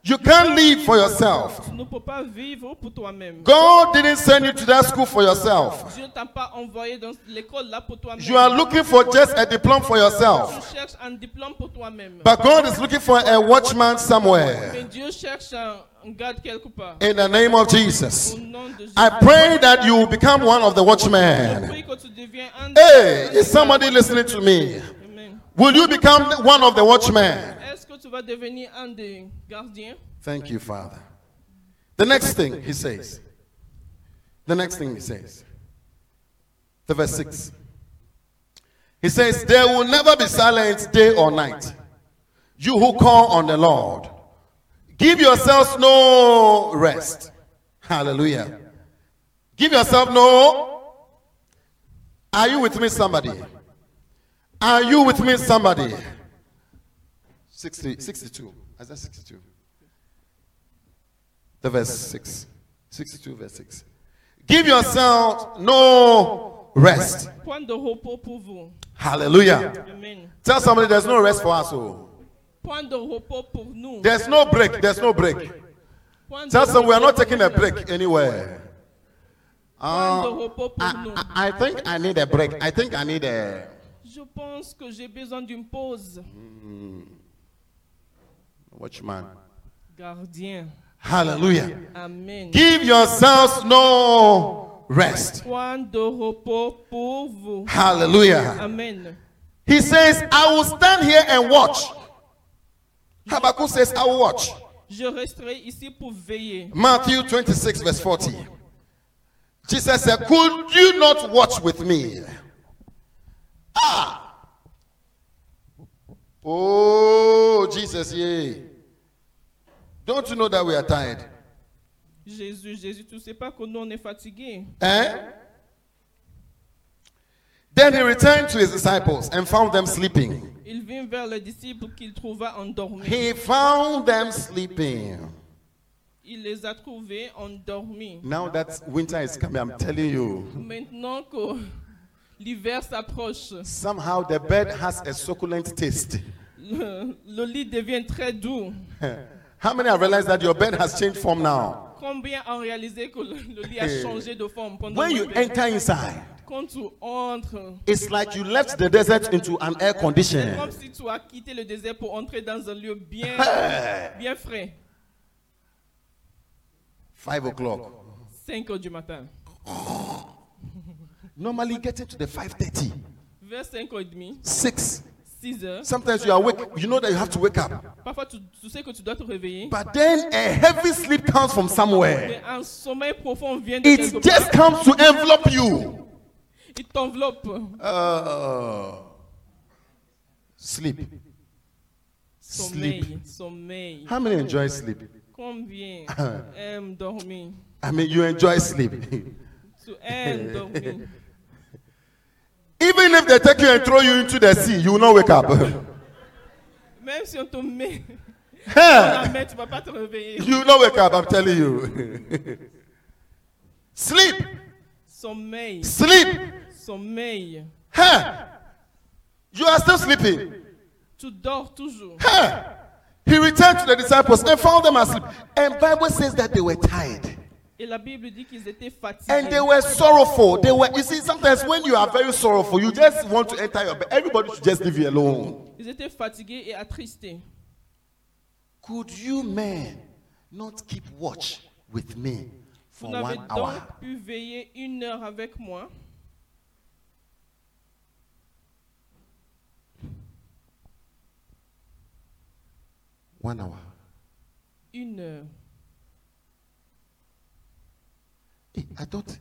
You can't live for yourself. Tu ne peux pas vivre pour toi-même. God didn't send you to that school for yourself. Dieu t'a pas envoyé dans l'école là pour toi-même. You are looking for just a diploma for yourself. Tu cherches un diplôme pour toi-même. But God is looking for a watchman somewhere. Mais Dieu cherche un, un garde quelque part. In the name of Jesus. Au nom de Jésus. I pray that you will become one of the watchmen. Hey, is somebody listening to me? Will you become one of the watchmen? Est-ce que tu vas devenir un des gardiens? Thank you, Father. The next thing he says. The next thing he says. The verse 6. He says, There will never be silence day or night. You who call on the Lord, give yourselves no rest. Hallelujah. Give yourself no. Are you with me, somebody? Are you with me, somebody? 60, 62. Is that 62? The verse 6. 62, verse 6. Give yourself no rest. Point de repos pour vous. Hallelujah. Amen. Tell somebody there's no rest for us. Oh. point de repos pour nous. There's no break. There's no break. Point de, Tell repos, them we are not taking a break anywhere. point de Uh, repos pour nous. I, I, I think I need a break. I think I need a. Je pense que j'ai besoin d'une pause. Watchman. Gardien. Hallelujah. Amen. Give yourselves no rest. Point de repos pour vous. Hallelujah. Amen. He says, I will stand here and watch. Habakkuk says, I will watch. Je resterai ici pour veiller. Matthew 26, verse 40. Jesus said, Could you not watch with me? Ah! Oh, Jesus, yeah. Don't you know that we are tired? Jésus, Jésus, tu sais pas que nous on est fatigués. Eh? Then he returned to his disciples and found them sleeping. Il vint vers les disciples qu'il trouva endormis. He found them sleeping. Il les a trouvés endormis. Now that winter is coming, I'm telling you, Maintenant que l'hiver s'approche, somehow the bed has a succulent taste. le, le lit devient très doux. How many have realized that your bed has changed form now? Combien ont réalisé que le, le lit a changé de forme pendant Eh. When le you hiver? enter inside, Quand tu entres, it's like you left the desert into an air c'est condition. comme si tu as quitté le désert pour entrer dans un lieu bien, Eh. bien frais. Five o'clock. 5 heures du matin. Normally getting to the 5:30, Vers 5 heures et demie, 6. 6 heures. Sometimes you are awake. You know that you have to wake up. Parfois, tu, tu sais que tu dois te réveiller. But then a heavy sleep comes from somewhere. Mais un sommeil profond vient de It quelque just part. comes to envelop you. Il t'enveloppe. Uh, sleep. Sleep. Sommeil, sommeil. How many enjoy sleep? Combien Ah. aime dormir I mean, you enjoy sleep. *laughs* Tu aimes dormir. Even if they take you and throw you into the sea, you will not wake up. *laughs* Même si on te met dans la Huh? main, tu ne vas pas te réveiller. you will not wake up, I'm telling you. *laughs* sleep. Sommeil, Sleep. sommeil. Huh? You are still sleeping. Tu dors toujours. Huh? He returned to the disciples and found them asleep. And Bible says that they were tired. Et la Bible dit qu'ils étaient And they fatigués. were sorrowful. They were, you see, sometimes when you are very sorrowful, you just want to enter your bed. Everybody should just leave you alone. Ils étaient fatigués et attristés. Could you, men, not keep watch with me Vous for n'avez one hour? donc pu veiller une heure avec moi. One hour. Une heure. Eh, I thought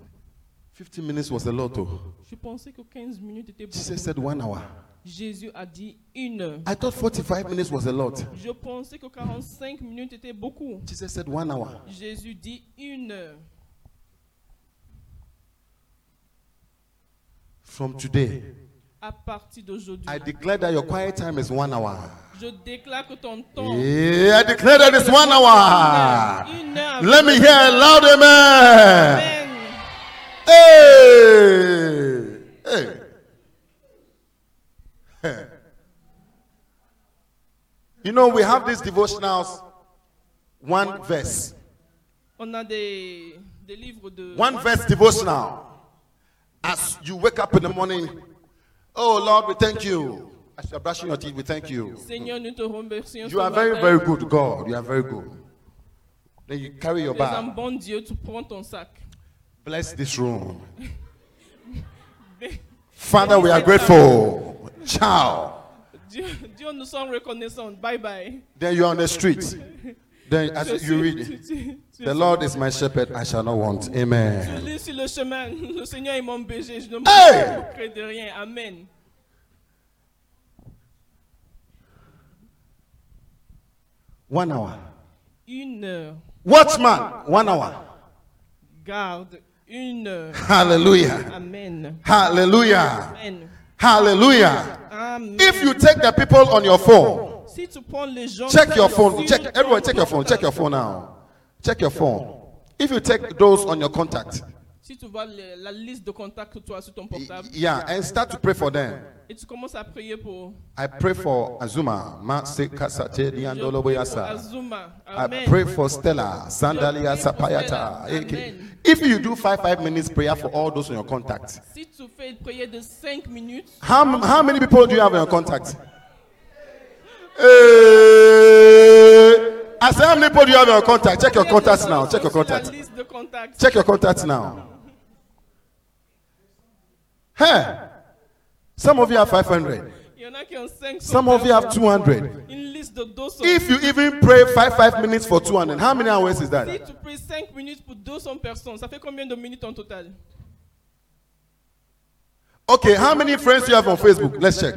15 minutes was a lot. oh. Je pensais que 15 minutes étaient Jesus beaucoup. said one hour. Jésus a dit une heure. I thought 45 minutes was a lot. Je pensais que 45 minutes étaient beaucoup. Jesus said one hour. Jésus dit une heure. From today, À partir d'aujourd'hui, I declare that your quiet time is one hour. je déclare que ton temps. Yeah, I declare that it's one hour. Une heure. Let me hear a loud amen. Amen. Hey! Hey! Hey. You know, we have these devotionals, one verse, On a des, des livres de. one verse devotional. As you wake up in the morning, oh Lord, we thank you. As you're brushing your teeth, we thank you. Seigneur, nous te remercions. You are very, very good, God. You are very good. Then you carry your Tu es un bag. bon Dieu, tu prends ton sac. Bless this room. Bé- Father, we are grateful. Ciao. Dieu, Dieu, nous sommes reconnaissants. Bye bye. Then you're on the street. Then as you Tu- read, tu- tu- the Lord is my shepherd, I shall not want. Je Amen. lis sur le chemin. Le Seigneur est mon berger. Je ne Hey! manquerai de rien. Amen. One hour. Une heure. Watchman, one hour. Garde. Une heure. Hallelujah. Amen. Hallelujah. Amen. Hallelujah. Amen. If you take the people on your phone, si tu prends les gens, check your phone. sur Check ton everyone, check your phone. Check your phone now. Check your phone. If you take those on your contact, Si tu vois le- la liste de contacts que tu as sur ton portable Yeah, and start to pray for them. et tu commences à prier pour, I pray for Azuma, Ma Se Kasate Je Diandolo prie pour Boyasa. Azuma. I Amen. pray for Stella, Sandalia Sapayata. Amen. If you do five five minutes prayer for all those in your contact, Si tu fais une prière de 5 minutes, how, how many people do you have in your contact? Eh, I said, how many people do you have in your contact? Check your combien de contacts gens now. sont Ah, Check your sur contacts. La liste de contacts. Check your contacts now. Hey, some of you have 500. Il y en a qui ont 5 Some of you have 200. Une liste de 200. If you even pray five five minutes for 200, how many hours is Si that? tu pries 5 minutes pour 200 personnes, ça fait combien de minutes en total Okay, how many friends do you have on Facebook? Let's check.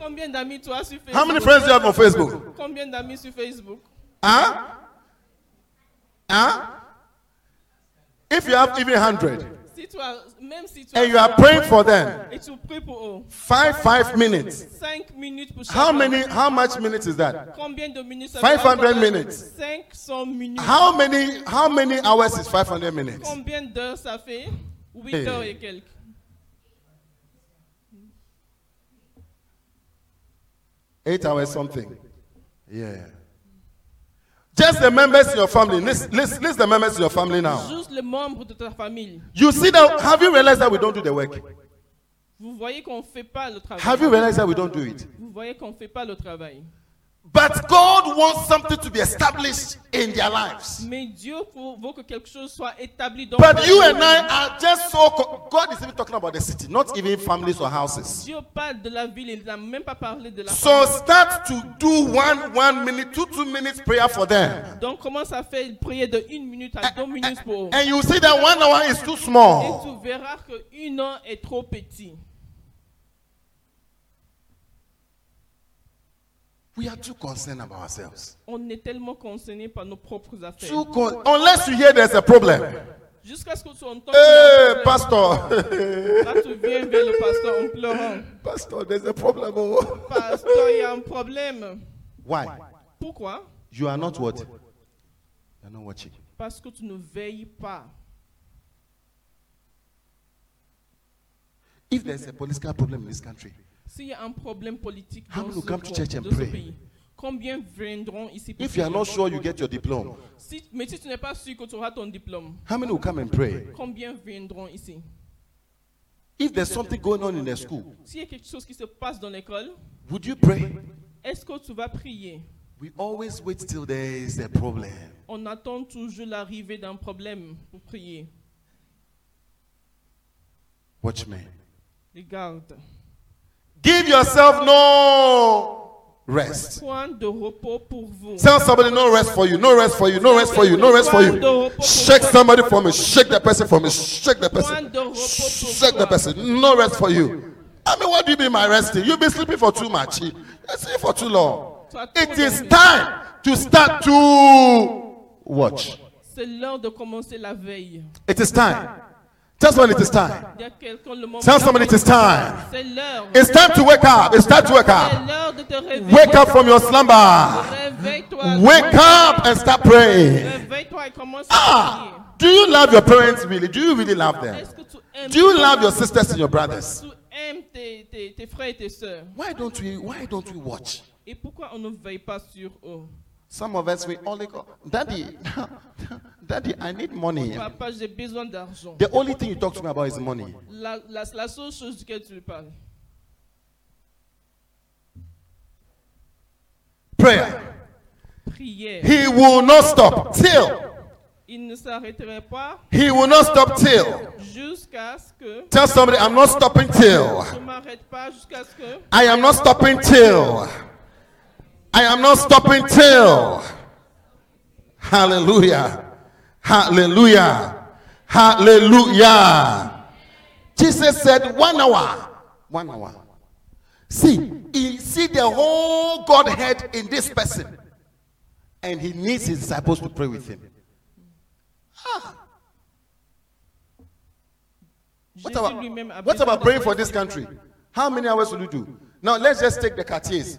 Combien d'amis tu as sur Facebook How many friends do you have on Facebook? Combien d'amis sur Facebook Huh? Huh? If you have even 100 Si tu as, même si tu as, and you are praying for them, et tu pries pour eux, five five minutes. 5 minutes pour chaque How homme. many? How much minutes is that? Combien de minutes ça 500 fait en total minutes. 500 minutes. How many? How many hours is 500 minutes? Combien d'heures ça fait 8 Hey. heures et quelques. Eight hours something. Yeah. Just the members in your family. List, list, list the members in your family now. Juste les membres de ta famille. You see that? Have you realized that we don't do the work? Vous voyez qu'on ne fait pas le travail. Have you realized that we don't do it? Vous voyez qu'on ne fait pas le travail. But God wants something to be established in their lives. Mais Dieu pour- veut que quelque chose soit établi dans But ta you vie. and I are just so. Co- God is even talking about the city, not even families or houses. Dieu parle de la ville, il n'a même pas parlé de la So start to do one one minute, two two minutes prayer for them, Donc commence à faire une prière de 1 minute à 2 minutes pour eux. and you see that one hour is too Et small. tu verras qu'une heure est trop petit. We are too concerned about ourselves. On est tellement concerné par nos propres affaires. Too con- unless you hear there's a problem. Jusqu'à ce que tu Eh, entends Hey, que- pastor, *laughs* Là, tu viens vers le pasteur en pleurant. pastor, there's a problem. oh. Pasteur, il y a un problème. Why? Pourquoi You are not what? You are not watching. Parce que tu ne veilles pas. If there's a political problem in this country, S'il y a un problème politique How dans many will ce, come to church and de ce pray? pays, combien viendront ici pour if you are prier? not sure you get your diploma, Si- Mais si tu n'es pas sûr que tu auras ton diplôme, how many will come and pray? combien viendront ici If there's something going on in the school, S'il y a quelque chose qui se passe dans l'école, would you pray? est-ce que tu vas prier We always wait till there is a problem. On attend toujours l'arrivée d'un problème pour prier. Watch me. Regarde. Give yourself no rest. Point de repos pour vous. Tell somebody no rest for you, no rest for you, no rest for you, no rest for you. Shake somebody for me, shake the person for me, shake the Point person, de repos pour shake toi. the person, no rest for you. I mean, what do you mean by resting? You've been sleeping for too much, you sleep for too long. Tu as trop It is dormi. time to start to watch. C'est l'heure de commencer la veille. It is time. Tell somebody it is time. Il y a quelqu'un le moment. Tell somebody it is time. C'est l'heure. It's time to wake up. It's time to wake C'est up. l'heure de te réveiller. Wake up from your slumber. Réveille-toi. Wake up and start praying. Réveille-toi et commence à prier. Ah, do you love your parents really? Do you really love them? Est-ce que tu aimes Do you love your sisters and your brothers? Tu aimes tes, tes, tes frères et tes sœurs. Why don't we? Why don't we watch? Et pourquoi on ne veille pas sur eux Some of us we only go, Daddy, *laughs* Daddy, I need money. Papa, j'ai besoin d'argent. The only thing you talk to me about is money. La, la, la seule chose duquel tu lui parles. Prayer. Prière. He will not stop till. Il ne s'arrêterait pas He will not stop till. jusqu'à ce que Tell somebody, I'm not stopping till. je ne m'arrête pas jusqu'à ce que I am not stopping till. I am not stopping till. Hallelujah. Hallelujah. Hallelujah. Jesus said, one hour. One hour. See, he see the whole Godhead in this person. And he needs his disciples to pray with him. What Jésus lui-même a about, what besoin about de- praying for this country? How many hours will you do? Now let's just take the cartiers.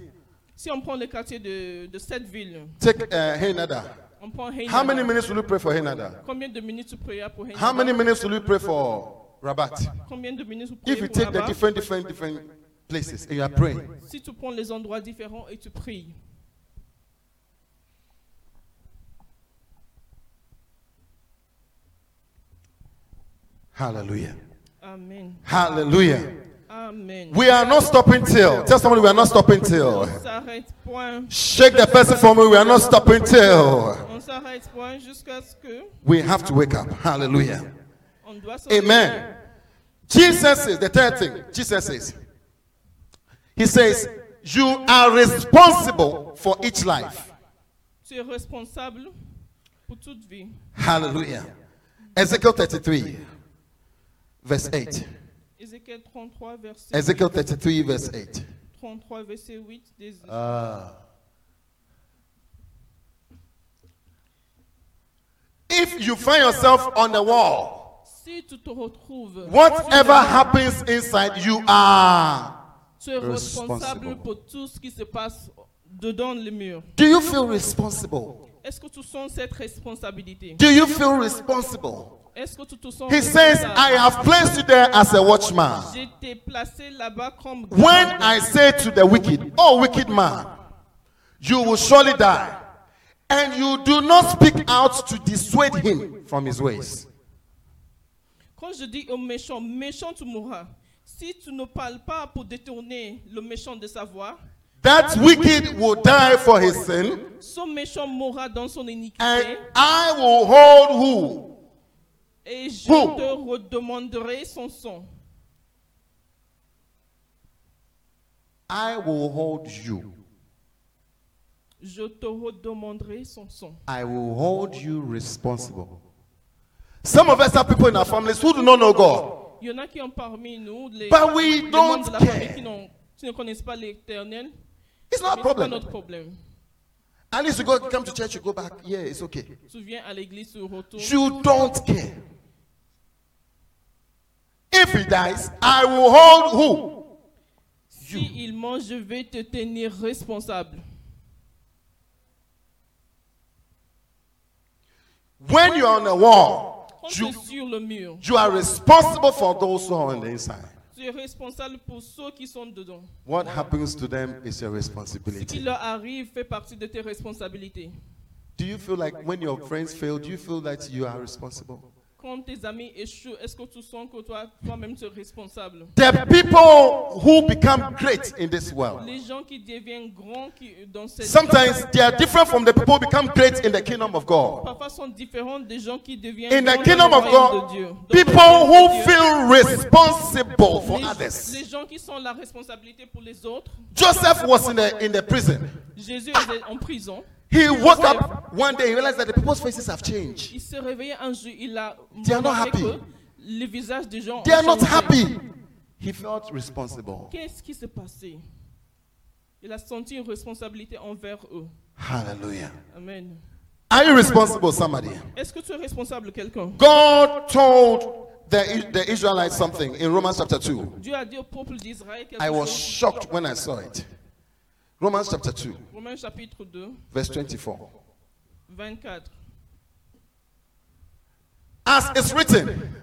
Si on prend le quartier de, de cette ville, Take uh, Hey Nada. on upon Hanan. How many minutes will you pray for Henada? Combien de minutes de prière pour Hanan? How many minutes will you pray for Rabat? Combien de minutes vous If priez pour you take the Abba? different, different, different places and you are praying, Si tu prends les endroits différents et tu pries, hallelujah. Amen. Hallelujah. Amen. We are not stopping till. Tell somebody we are not stopping till. On s'arrête point. Shake the person for me. We are not stopping till. On s'arrête point jusqu'à ce que We have to wake up. Hallelujah. on doit se Amen. Jesus says, the third thing, Jesus says, He says, you are responsible for each life. Tu es responsable pour toute vie. Hallelujah. Ezekiel 33, verse 8. Ézéchiel 33 verset Ezekiel 33, verse 8. 33 verset 8 des- Ah. If you find yourself on the wall, Si tu te retrouves whatever happens inside, you are. Tu es Responsible. responsable pour tout ce qui se passe dedans les murs. Do you feel responsible? Est-ce que tu sens cette responsabilité Do you feel responsible? Est-ce que tu te sens He says, responsable? I have placed you there as a watchman. J'ai été placé là-bas comme When I say to the wicked, Oh, wicked man, you will surely die, and you do not speak out to dissuade him from his ways. Quand je dis au méchant, méchant tu mourras. Si tu ne parles pas pour détourner le méchant de sa voie, That wicked will die for his sin, ce méchant mourra dans son iniquité and I will hold et je Who? te redemanderai son sang. who? I will hold you. Je te redemanderai son sang. I will hold you responsible. Some of us have people in our families who do not know God. Il y en a qui ont parmi nous les, But les we membres don't de la famille care. qui, n'ont- qui ne connaissent pas l'éternel. Mais It's not c'est a pas problem. notre problème. At least you go, come to church, you go back. Yeah, it's okay. Tu viens à l'église, tu retournes. You don't care. If he dies, I will hold Si il mange, je vais te tenir responsable. who? When you are on the wall, Quand tu you, es sur le mur, you are responsible for those who are on the inside. tu es responsable pour ceux qui sont dedans. What happens to them is your Ce qui responsibility. leur arrive fait partie de tes responsabilités. Do you feel like when your friends fail, do you feel that you are responsible? Quand tes amis échouent, est-ce que tu sens que toi, toi-même tu es responsable The people who become great in this world, Les gens qui deviennent grands qui, dans cette sometimes they are different from the people who become great in the kingdom of God. parfois sont différents des gens qui deviennent In the grands kingdom dans of le royaume God, de Dieu. Dans le people royaume who de Dieu, feel responsible for others. les, les gens qui sont la responsabilité pour les autres. Joseph was in the in the prison. Jésus était en prison. He woke up one day, he realized that the people's faces have changed. Il s'est réveillé un jour, il a They are not remarqué happy. que les visages des gens They are not changé. happy. He felt responsible. Qu'est-ce qui s'est passé Il a senti une responsabilité envers eux. Hallelujah. Amen. Are you responsible, somebody? Est-ce que tu es responsable de quelqu'un God told the, the Israelites something in Romans chapter 2. Dieu a dit au peuple d'Israël quelque I was chose. shocked when I saw it. Romans chapter 2, Romains chapitre 2, verse 24. 24. As it's written,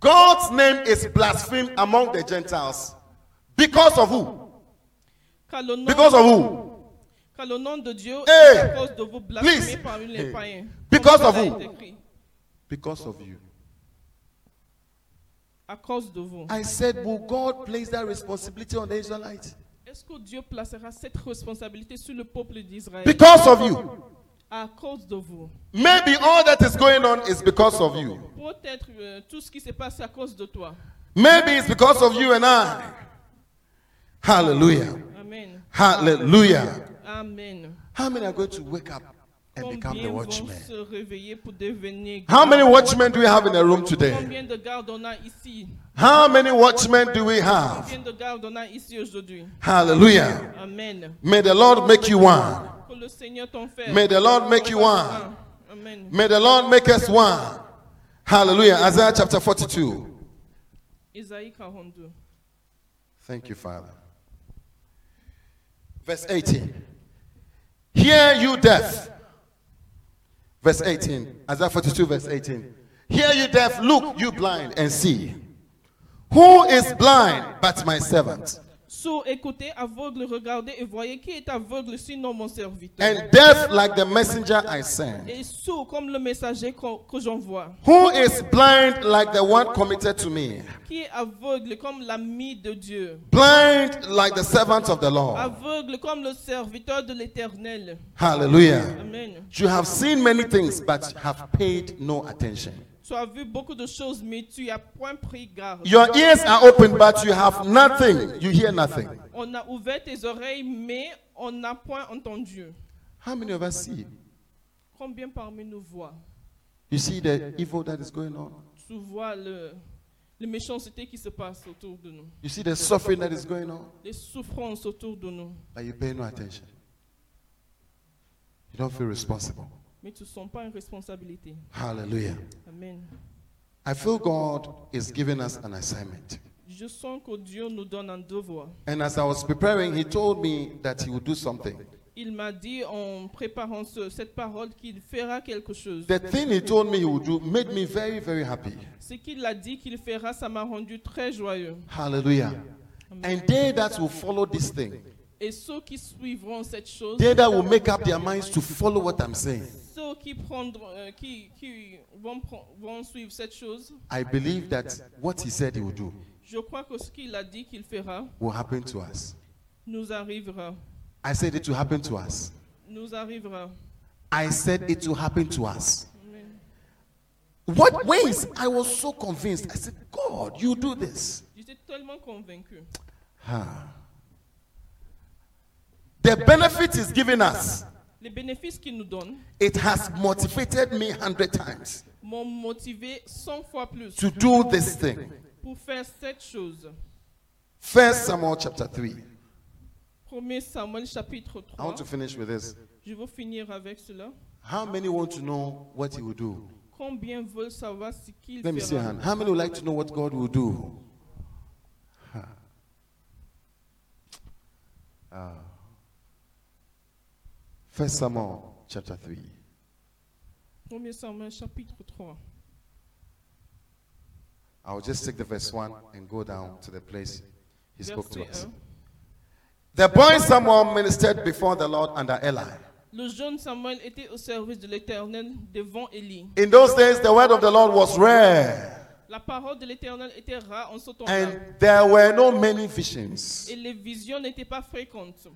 God's name is blasphemed among the Gentiles. Because of who? Car le nom, Because of who? car le nom de Dieu Hey, est à cause de vous blasphémer please. parmi Hey. les païens. Because Comme of cela who? est écrit. Because of you. À cause de vous. I said, Will God place that responsibility on the Israelites? Est-ce que Dieu placera cette responsabilité sur le peuple d'Israël Because of you. à cause de vous Maybe all that is going on is because of you. Peut-être euh, tout ce qui se passe à cause de toi. Maybe it's because of you and I. Hallelujah. Amen. Hallelujah. Amen. How many are going to wake up and become Combien the vont watchmen? se réveiller pour devenir How many gardes? watchmen do we have in the room today? Combien de gardes on a ici How many watchmen do we have? Combien de gardes on a ici aujourd'hui Hallelujah. Amen. May the Lord make you one. Que le Seigneur t'en fasse. May the Lord make you one. Amen. Amen. May the Lord make us one. Hallelujah. Isaiah chapter 42. Isaïe 42, Thank you, Father. Verse 18. Hear you deaf verse 18. Isaiah 42, verse 18. Hear you deaf, look you blind, and see. Who is blind but my servant? Sourd, écoutez, aveugle, regardez et voyez qui est aveugle sinon mon serviteur. And deaf like the messenger I send. Et sourd comme le messager qu'on- que j'envoie. Who is blind like the one committed to me? Qui est aveugle comme l'ami de Dieu. Blind like the servant of the Lord. Aveugle comme le serviteur de l'éternel. Hallelujah. Amen. You have seen many things, but have paid no attention. Tu as vu beaucoup de choses, mais tu as point pris garde. Your ears are open, but you have nothing. You hear nothing. On a ouvert tes oreilles, mais on n'a point entendu. How many of us see? Combien parmi nous voient You see the evil that is going on. Tu vois le, les méchancetés qui se passent autour de nous, You see the suffering that is going on, les souffrances autour de nous, but you pay no attention. You don't feel responsible. mais tu ne sens pas une responsabilité. Hallelujah. Amen. I feel God is giving us an assignment. Je sens que Dieu nous donne un devoir. And as I was preparing, He told me that He would do something. Il m'a dit en préparant ce- cette parole qu'il fera quelque chose. The thing He told me He would do made me very, very happy. Ce qu'il a dit qu'il fera, ça m'a rendu très joyeux. Hallelujah. And they that will follow this thing, Et ceux qui suivront cette chose, they that will make up their minds to follow what I'm saying, ceux qui, prendront, euh, qui, qui vont, pren- vont suivre cette chose, I believe that what He said He would do je crois que ce qu'il a dit qu'il fera will happen to us. nous arrivera. I said it will happen to us. Nous arrivera. I said it will happen to us. Amen. What ways? I was so convinced. I said, God, you do this. J'étais tellement convaincu. Ah. The benefit is given us. Les bénéfices qu'il nous donne It has motivated me hundred times m'ont motivé 100 fois plus to do this thing. pour faire cette chose. First Samuel chapter three. 1 Samuel chapitre I 3. want to finish with this. Je veux finir avec cela. How many want to know what he will do? Combien veulent savoir ce qu'il Let me see a fera hand. How many would like to know what God will do? Huh. Ah. First Samuel chapter three. 1 Samuel chapitre 3. I'll just take the verse 1 and go down to the place he spoke to Verset us. 1. The boy Samuel ministered before the Lord under Eli. Le jeune Samuel était au service de l'Éternel devant Élie. In those days, the word of the Lord was rare, La parole de l'Éternel était rare en ce temps-là. and there were no many visions. Et les visions n'étaient pas fréquentes.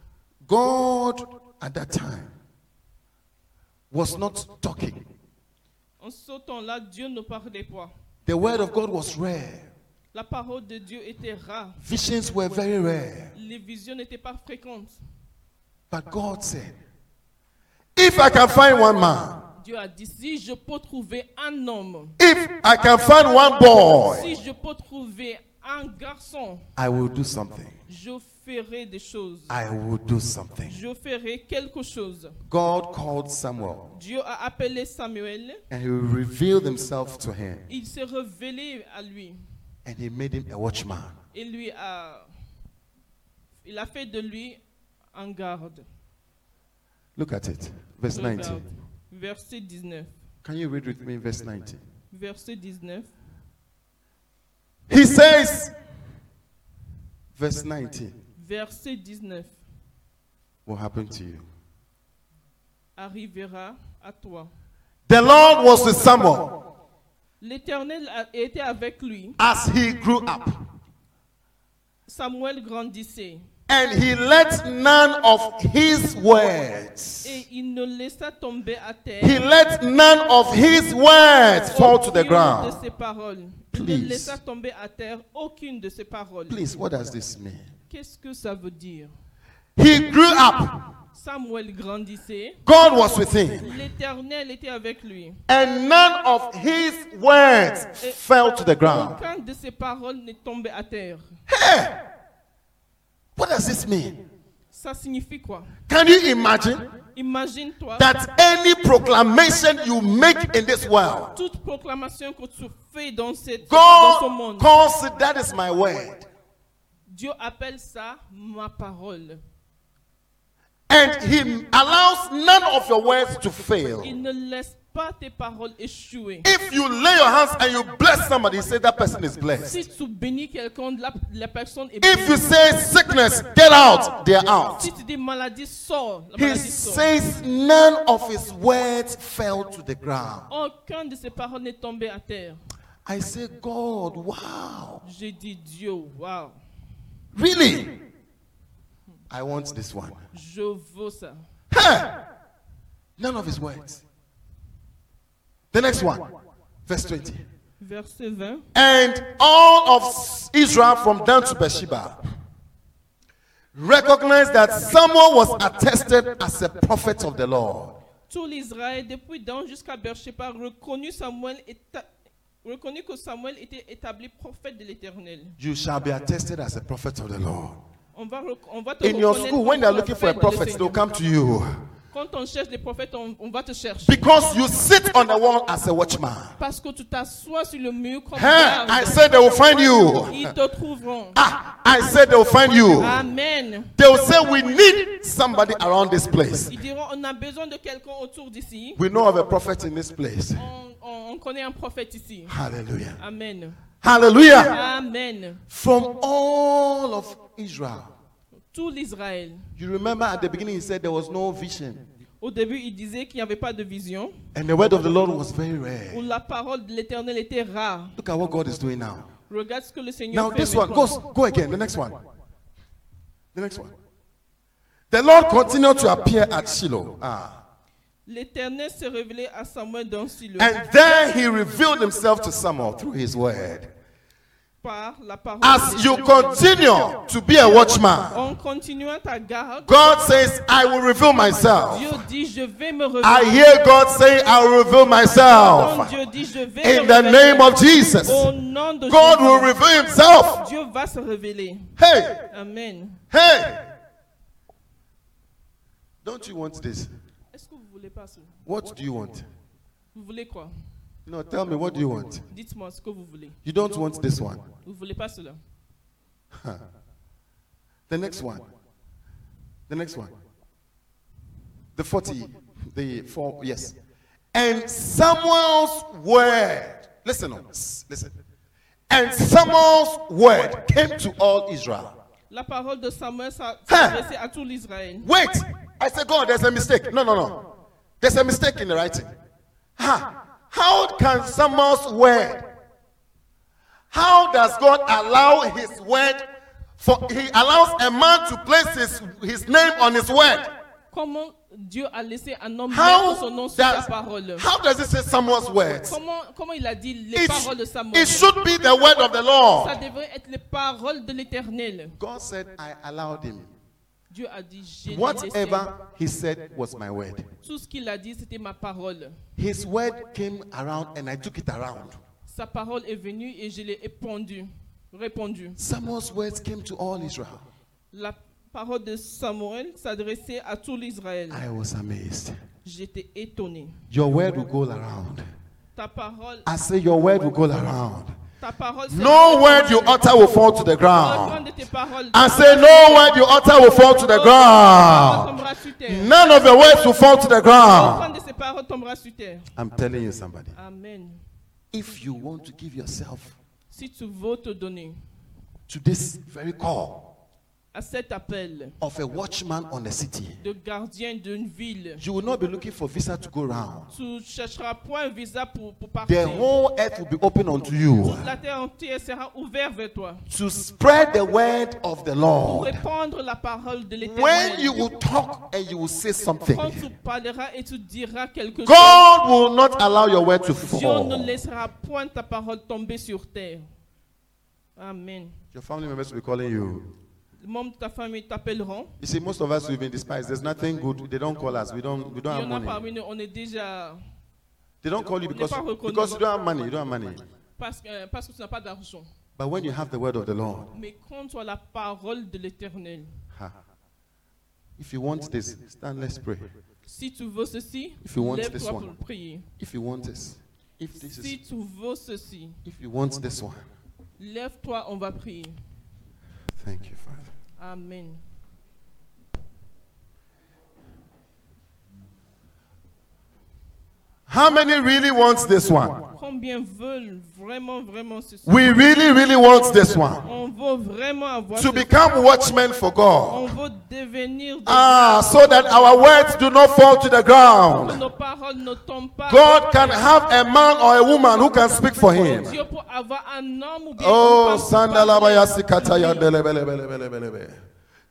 God at that time was not talking. En ce temps-là, Dieu ne parlait pas. The word of God was rare. La parole de Dieu était rare. Visions were very rare. Les visions n'étaient pas fréquentes. But God said, If I can find one man, Dieu a dit, si je peux trouver un homme, if I can find one boy, si je peux trouver un garçon, I will do something. je ferai des choses. I will do something. Je ferai quelque chose. God called Samuel Dieu a appelé Samuel. and he revealed himself to him Il s'est révélé à lui. and he made him a watchman. Et lui a... Il a fait de lui un garde. Look at it. Verse Regarde. 19. Verset 19. Can you read with me verse 19? Verset 19. He says, verse 19, Verset 19. what happened to you? Arrivera à toi. The Lord was with Samuel L'Éternel a- était avec lui. as he grew up, Samuel grandissait and he let none of his words, et il ne laissa tomber à he terre let none of his words fall to the aucune ground. de ses paroles. Il Please. ne laissa tomber à terre aucune de ses paroles. Please, what does this mean? Qu'est-ce que ça veut dire He grew up, Samuel grandissait. God was with him. L'Éternel était avec lui. and none of his words fell to the ground. Aucune de ses paroles n'est tombée à terre. What does this mean? Ça signifie quoi Can you imagine Imagine-toi that any proclamation you make in this world, toute proclamation que tu fais dans, cette, dans ce God monde. calls it that is my word, Dieu appelle ça ma parole. and He allows none of your words to fail. Il ne laisse pas tes paroles échouer. If you lay your hands and you bless somebody, say that person is blessed. Si tu bénis quelqu'un, la, la personne est If you bénie. say sickness, get out, they're out. Si tu dis maladie, sors. La He maladie sort. says none of his words fell to the ground. Aucun de ces paroles n'est tombé à terre. I say, God, wow. J'ai dit Dieu, waouh, Really? I want this one. je veux ça. Huh. None of his words. The next one, verse 20. Verset 20. And all of Israel from Dan to Beersheba recognized that Samuel was attested as a prophet of the Lord. Tout l'Israël, depuis Dan jusqu'à Beersheba, reconnut, Samuel éta- reconnut que Samuel était établi prophète de l'Éternel. You shall be attested as a prophet of the Lord. On va, rec- on va te In your reconnaître school, when they are comme looking for a prophète de prophet, Seigneur. they'll come to you Quand on cherche des prophètes, on, on va te chercher. because you sit on the wall as a watchman. Parce que tu t'assois sur le mur comme Huh? garde. I said they will find you. Ils te trouveront. Ah, I said they will find you. Amen. They will say, We need somebody around this place. Ils diront, on a besoin de quelqu'un autour d'ici. We know of a prophet in this place. On, on- on connaît un prophète ici. Hallelujah. Amen. Hallelujah. Amen. From all of Israel. Tout l'Israël. You remember at the beginning, he said there was no vision, Au début, il disait qu'il n'y avait pas de vision, and the word of the Lord was very rare. où la parole de l'Éternel était rare. Look at what God is doing now. Regarde ce que le Seigneur Now, fait. this one, maintenant. go, go again. The next one. The next one. The Lord continued to appear at Shiloh. Ah. L'Éternel s'est révélé à Samuel dans Silo And there he revealed himself to Samuel through his word. par la parole. de As you Dieu. continue to be a watchman, En continuant ta garde, God says, I will reveal myself. Dieu dit Je vais me I révéler. hear God say, I will reveal Quand myself. Dieu dit Je vais In me the révéler. name of Jesus, Au nom de God will Jésus, reveal himself. Dieu va se révéler. Hey, Amen. hey. Don't you want this? Est-ce que vous voulez pas cela What do you want? Vous voulez quoi No, tell me, what do you want? Dites-moi ce que vous voulez. You don't want this one. Vous voulez pas cela The next one. The next one. The 40. The four. Yes. And Samuel's word. Listen on. s- Listen. And Samuel's word came to all Israel. La parole de Samuel s'a- Hein. s'adressait à tout l'Israël. Wait. I said, God, there's a mistake. No, no, no. There's a mistake in the writing. Ha. How can Samuel's word? How does God allow his word? For he allows a man to place his, his name on his word. Comment Dieu a laissé un homme How mettre son nom does, sur sa parole how does it say Samuel's words? comment, comment il a dit les It, paroles de Samuel it should be the word of the Ça Lord. devrait être les paroles de l'Éternel. God said, I allowed him. Dieu a dit J'ai Eh laissé. Whatever he said was my word. Tout ce qu'il a dit, c'était ma parole. His word came around and I took it around. Sa parole est venue et je l'ai épandue, répandue. Samuel's words came to all Israel. La parole de Samuel s'adressait à tout l'Israël. I was amazed. J'étais étonné. Your word will go around. Ta parole, I say, Your word will go around. ta parole. No word you utter will fall to the Aucun ground. de tes paroles. I say, No word you utter will fall to the ground. tombera sur terre. None of your words will fall to the Aucun ground. de ces paroles tombera sur terre. I'm telling you, somebody. Amen. If you want to give yourself Si tu veux te donner to this very call à cet appel of a watchman on the city, de gardien d'une ville, you will not be looking for visa to go round. tu chercheras point un visa pour, pour The partir. whole earth will be open unto you La terre entière sera ouverte vers toi. to spread the word of the Lord. Répandre la parole de When you l'Éternel. will talk and you will say Quand something, tu parleras et tu diras quelque chose, God will not allow your word to Dieu ne fall. laissera point ta parole tomber sur terre. Amen. Your family members will be calling you. Les membres de ta famille t'appelleront. You see, most of us we've been despised. There's nothing good. They don't call us. We don't. We Il y don't en a have money. parmi nous, on est déjà They don't call you because because you don't have money. You don't have money. parce que, parce que tu n'as pas d'argent. But when you have the word of the Lord, Mais quand tu as la parole de l'Éternel, ha, if you want this, stand. Let's pray. si tu veux ceci, If you want this lève-toi one. pour prier. If you want this, if this Si is, tu veux ceci, if you want this one, lève-toi, on va prier. thank you, Father. Amen. Ha! How many really wants this one? Combien veulent vraiment, vraiment ce soir We really, really want this one. On veut vraiment avoir To ce- become watchmen On for God. veut devenir des- Ah, so that our words do not fall to the ground. Nos paroles ne tombent pas. God can have a man or a woman who can speak for him. Dieu peut avoir un homme ou bien Oh, une femme pour parler. sandalabaya sikataya delebelebelebelebe.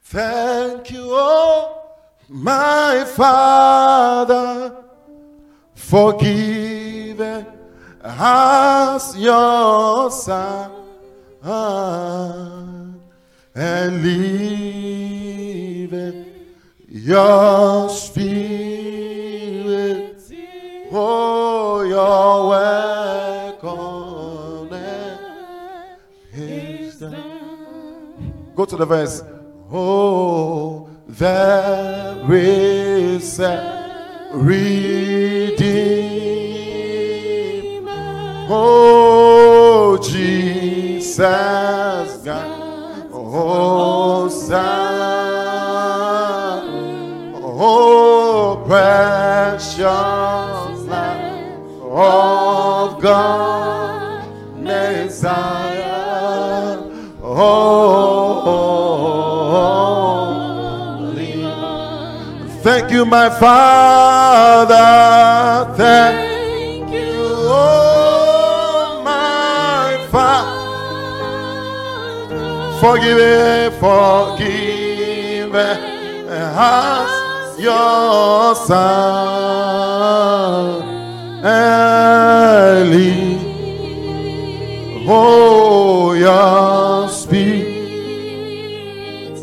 Thank you, oh, my Father, for giving us your son and leaving your spirit. Oh, your work on earth is done. Go to the verse. Oh, there is a redeemer. Oh, Jesus, God. Oh, Son. Oh, precious Lamb of God, Messiah. Holy. Thank you, my Father. Thank you, oh, my Father. Forgive, forgive us your son early. Oh, your speed.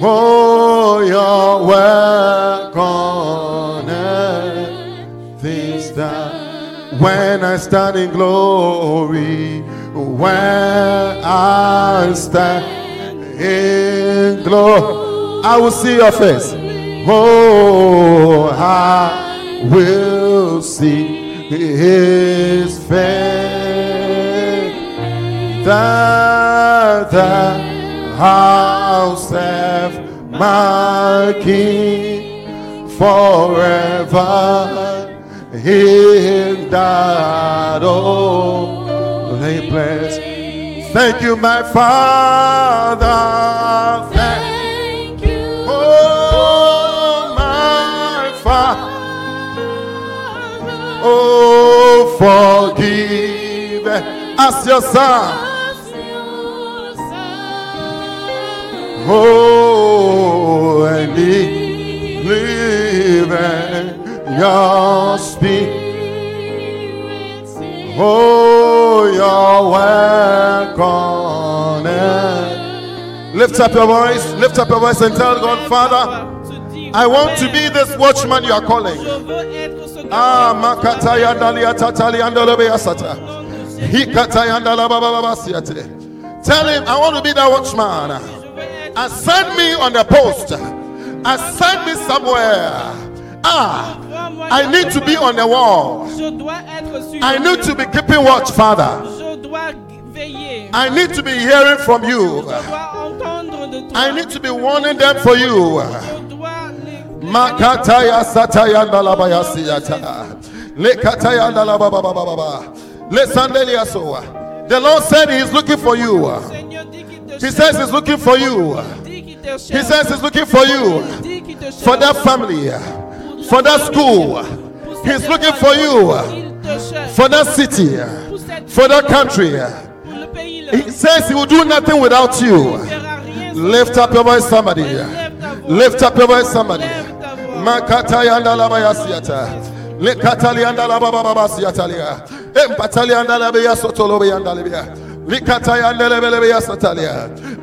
Oh, your work on earth is done. When I stand in glory, when I stand in glory, I will see your face. Oh, I will see his face that the house of my king forever in that holy place. Thank you, my Father. Thank you, oh my Father. Oh, forgive us your son. Oh, and believe in your speak. Oh, your work on earth. Lift up your voice. Lift up your voice and tell God, Father, Te dire, I want to Père, be this watchman you are calling. Je veux être ce que Ah, tu as makata appelé. ya dalia tatali andolobe ya sata. Au nom de Jésus, Hikata ya ndala baba baba siate. Tell him I want to be that watchman. je veux être Assign me on the post. Assign me somewhere. Ah, Envoie-moi I dans need ce to be monde. on the wall. Je dois être sur I le need to lieu. be keeping watch, Father. Je dois gu- veiller. I need to be hearing from Je you. dois entendre de toi. I need to be warning them for you. Je dois les- Makataya sataya ndalabaya siyata. Lekataya ndalabababababa. Lesandeliya soa. The Lord said He is looking for you. Seigneur, dis qu'il te He cherche. says He's looking for you. Dis qu'il te He cherche. says He's looking for you. Dis qu'il te cherche. For that family. For that school. Pour cette He's looking école, for you. Il te cherche. For that city. Pour cette For that ville, country. Pour le pays. le- He says He will do nothing without you. Il fera rien sans Lift toi. up your voice, somebody. Lève ta voix. Lift up your voice, somebody. Lève ta voix. Makataya ndalabaya siyata. Likatalia ndalabababa siyatalia. Empatalia ndalabeya sotolobeya ndalebea. Likataya ndelebelebeya satalia.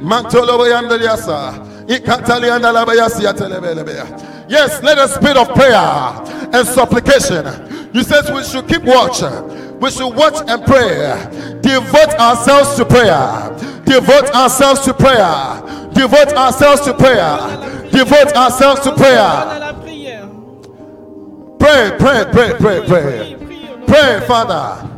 Mantolobeya ndeliasa. Ikatalia ndalabeya siyatelebelebea. Yes, let us spirit of prayer and supplication. You says we should keep watch. We should watch and pray. Devote ourselves to prayer. Devote ourselves to prayer. Devote ourselves to prayer. Devote ourselves to Donne prayer. à la prière. Pray, pray, pray, pray, Prie, pray. prie au nom Pray, de Jésus. Father.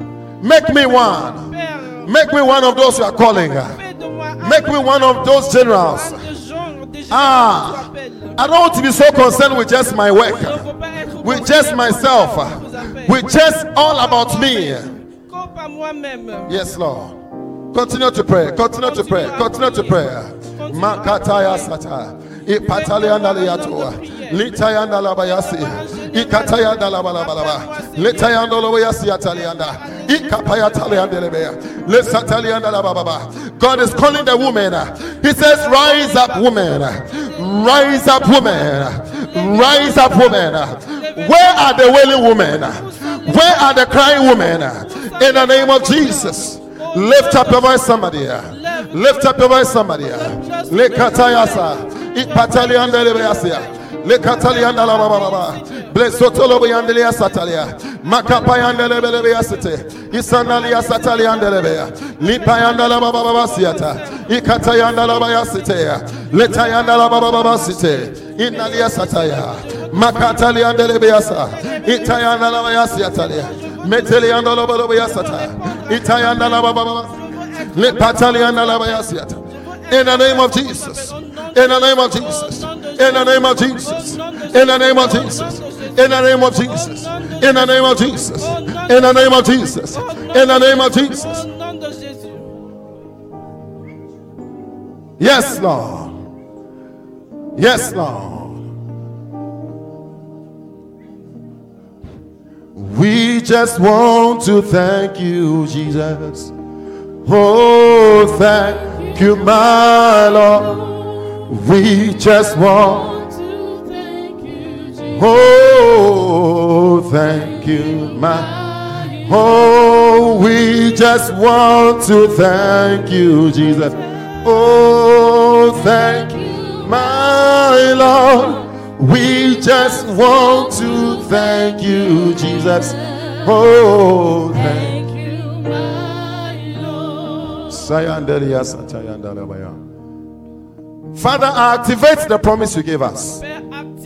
Make me one. Père, Make me one of those you are calling. fais de moi un Make me one of those generals. homme de genre, de génération Ah, que tu appelles. I don't want to be so concerned with just my work. Je ne veux pas être with just myself, uh, with just all about me. Qu'au pas moi-même. Yes, Lord. Continue to pray. Continue to pray. Continue to pray. Makataya sata. Ipatalia ndaliyatua. Litaya ndalabayasi. Ikataya ndalabalabalaba. Litaya ndolobayasi atalianda. Ikapaya taliandelebea. Lesatalia ndalabababa. God is calling the woman. He says, Rise up, woman. Rise up, woman. Rise up, woman. Where are the wailing women? Where are the crying women? In the name of Jesus. Lift up your voice, somebody. Lift up your voice, somebody. Lekatayasa. Ipatalianda lebeasia. Lekatalianda la baba baba. Blessotolo yandelia satalia. Makapayanda lebelebea sete. Isanalia satalianda lebea. Lipayanda la baba baba siata. Ikatayanda la baya sete. Letayanda la baba baba sete. Inalia sataya. Makatalianda lebeasa. Itayanda la baya siatalia. Metelianda la baba baya sata. Itayanda la baba baba. Lepatalianda la baya siata. In the name of Jesus. In the name of Jesus. In the name of Jesus. In the name of Jesus. In the name of Jesus. In the name of Jesus. In the name of Jesus. In the name of Jesus. Au nom de Jésus. Yes, Lord. Yes, Lord. We just want to thank you, Jesus. Oh, thank you, my Lord. We just want Oh, thank you, my. Oh, we just want to thank you, Jesus. Oh, thank you, my Lord. We just want to thank you, Jesus. Oh, thank you. Father, activate the promise you gave us.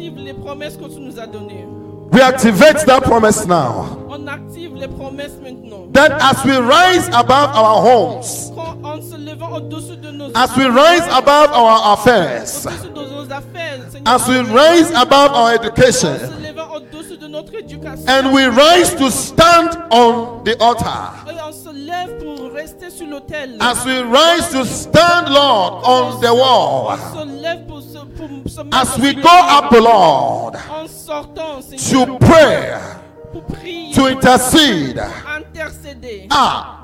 Père, active les promesses que tu nous as données. We activate that promise now. On active les promesses maintenant. That as we rise above our homes, Quand en se levant au-dessus de nos as we rise above our affairs, au-dessus de nos affaires, Seigneur, as we rise above en our se education, levant au-dessus de notre éducation, and we rise to stand on the altar, et on se lève pour rester sur l'autel, as we rise to stand, Lord, on the on wall, se lève pour se, pour se mettre as sur we le go up, mur. Lord, en sortant, Seigneur, to pray, pour prier, to intercede. intercéder. Ah,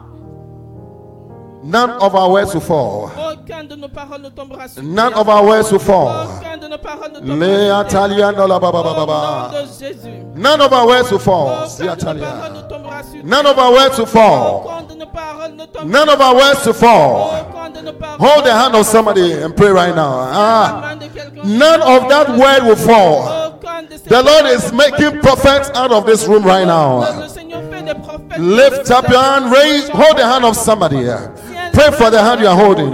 none of our words will fall. Aucun de nos paroles ne tombera sur None terre. of our words will fall. Aucun de nos paroles ne tombera Lea sur terre. talia no la ba ba ba ba Au nom ba. de Jésus. None of our words will fall. Lea Aucun de nos paroles ne talia. tombera sur terre. None of our words will fall. Aucun de nos paroles ne tombera None of our words will fall. Aucun de nos paroles Hold the hand of somebody and pray right now. La main Ah, de quelqu'un. none of that word will fall. Aucun de ces The Lord paroles is ne making tombera prophets out of this room right sur terre. Le now. Seigneur fait des prophètes. Lift up your hand, raise, hold the hand of somebody. Pray for the hand you are holding.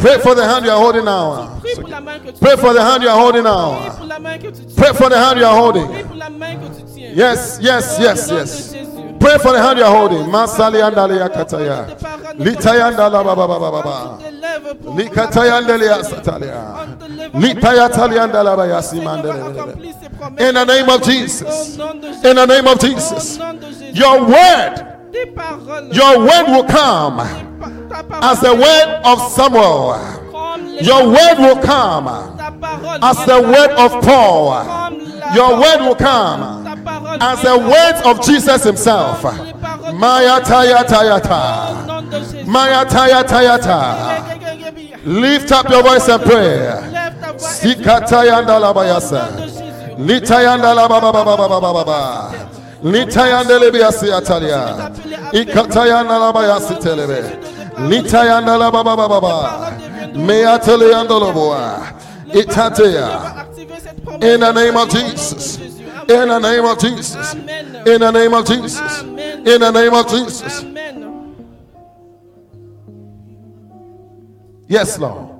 Pray for the hand you are holding now. Prie pour la main que tu Pray for the hand you are Prie holding now. pour la main que tu tiens. Pray for the hand you are Prie holding. pour la main que tu tiens. Yes, yes, Au yes, nom de yes. Jésus. Pray for the hand you are holding. Masaliandalia kataya. Litayandala baba baba baba. Likatayandalia satalia. Litayataliandala bayasimandele. In In the name of Jesus. In the name of Jesus. Your word, your word will come as the word of Samuel. Your word will come as the word of Paul. Your word will come as the words of Jesus himself. Maya taya taya ta. Maya taya taya ta. Lift up your voice and pray. Sikatayanda labayasa. Litayanda la ba ba ba ba ba ba ba ba ba. Litayanda lebiasi atalia. Ikatayanda la bayasi telebe. Litayanda la ba ba ba ba ba. Meyateleanda loboa. Itatea. In the name of Jesus. In the name of Jesus. Amen. In the name of Jesus. In the name of Jesus. Amen. Yes, Lord.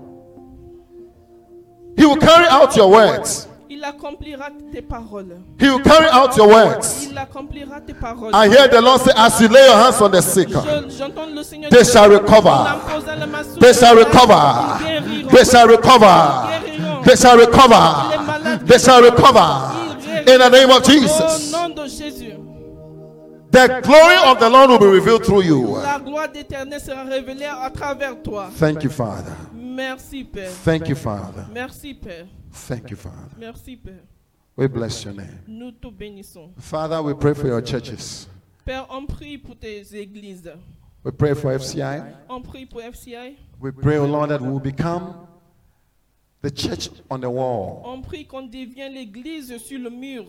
He will carry out your words. Il accomplira tes paroles. He will carry out your words. Il accomplira tes paroles. I hear the Lord say, as you lay your hands on the sick, Je- J'entends le Seigneur They dire, shall recover. en imposant la main sur they eux, shall ils recover. guériront. They shall recover. Ils guériront. They shall Les recover. malades They shall guériront. recover. Ils in the name of Au Jesus. nom de Jésus, The glory of the Lord will be revealed through you. la gloire d'éternel sera révélée à travers toi. Thank you, Father. Merci Père. Thank you, Father. Merci Père. Thank you, Father. Merci Père. We bless your name. Nous te bénissons. Father, we pray for your churches. Père, on prie pour tes églises. We pray for FCI. On prie pour FCI. We pray, O Lord, that we will become the church on the wall. On prie qu'on devienne l'église sur le mur.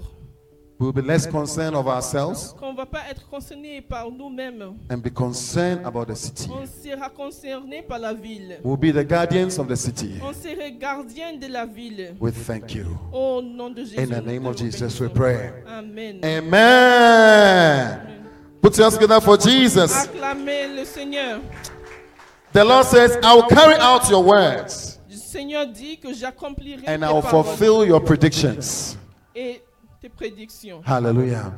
We will be less concerned of ourselves Qu'on ne va pas être concerné par nous-mêmes. and be concerned about the city. On sera concerné par la ville. We'll be the guardians of the city. On sera gardien de la ville. We thank you. Au nom de Jésus. In the nous name te of Jesus, we bénissons. pray. Amen. Amen. Put your hands together for Jesus. Acclamez le Seigneur. The Lord says, I will carry out your words Le Seigneur dit que j'accomplirai tes and I will paroles fulfill your predictions. et tes prédictions. Hallelujah.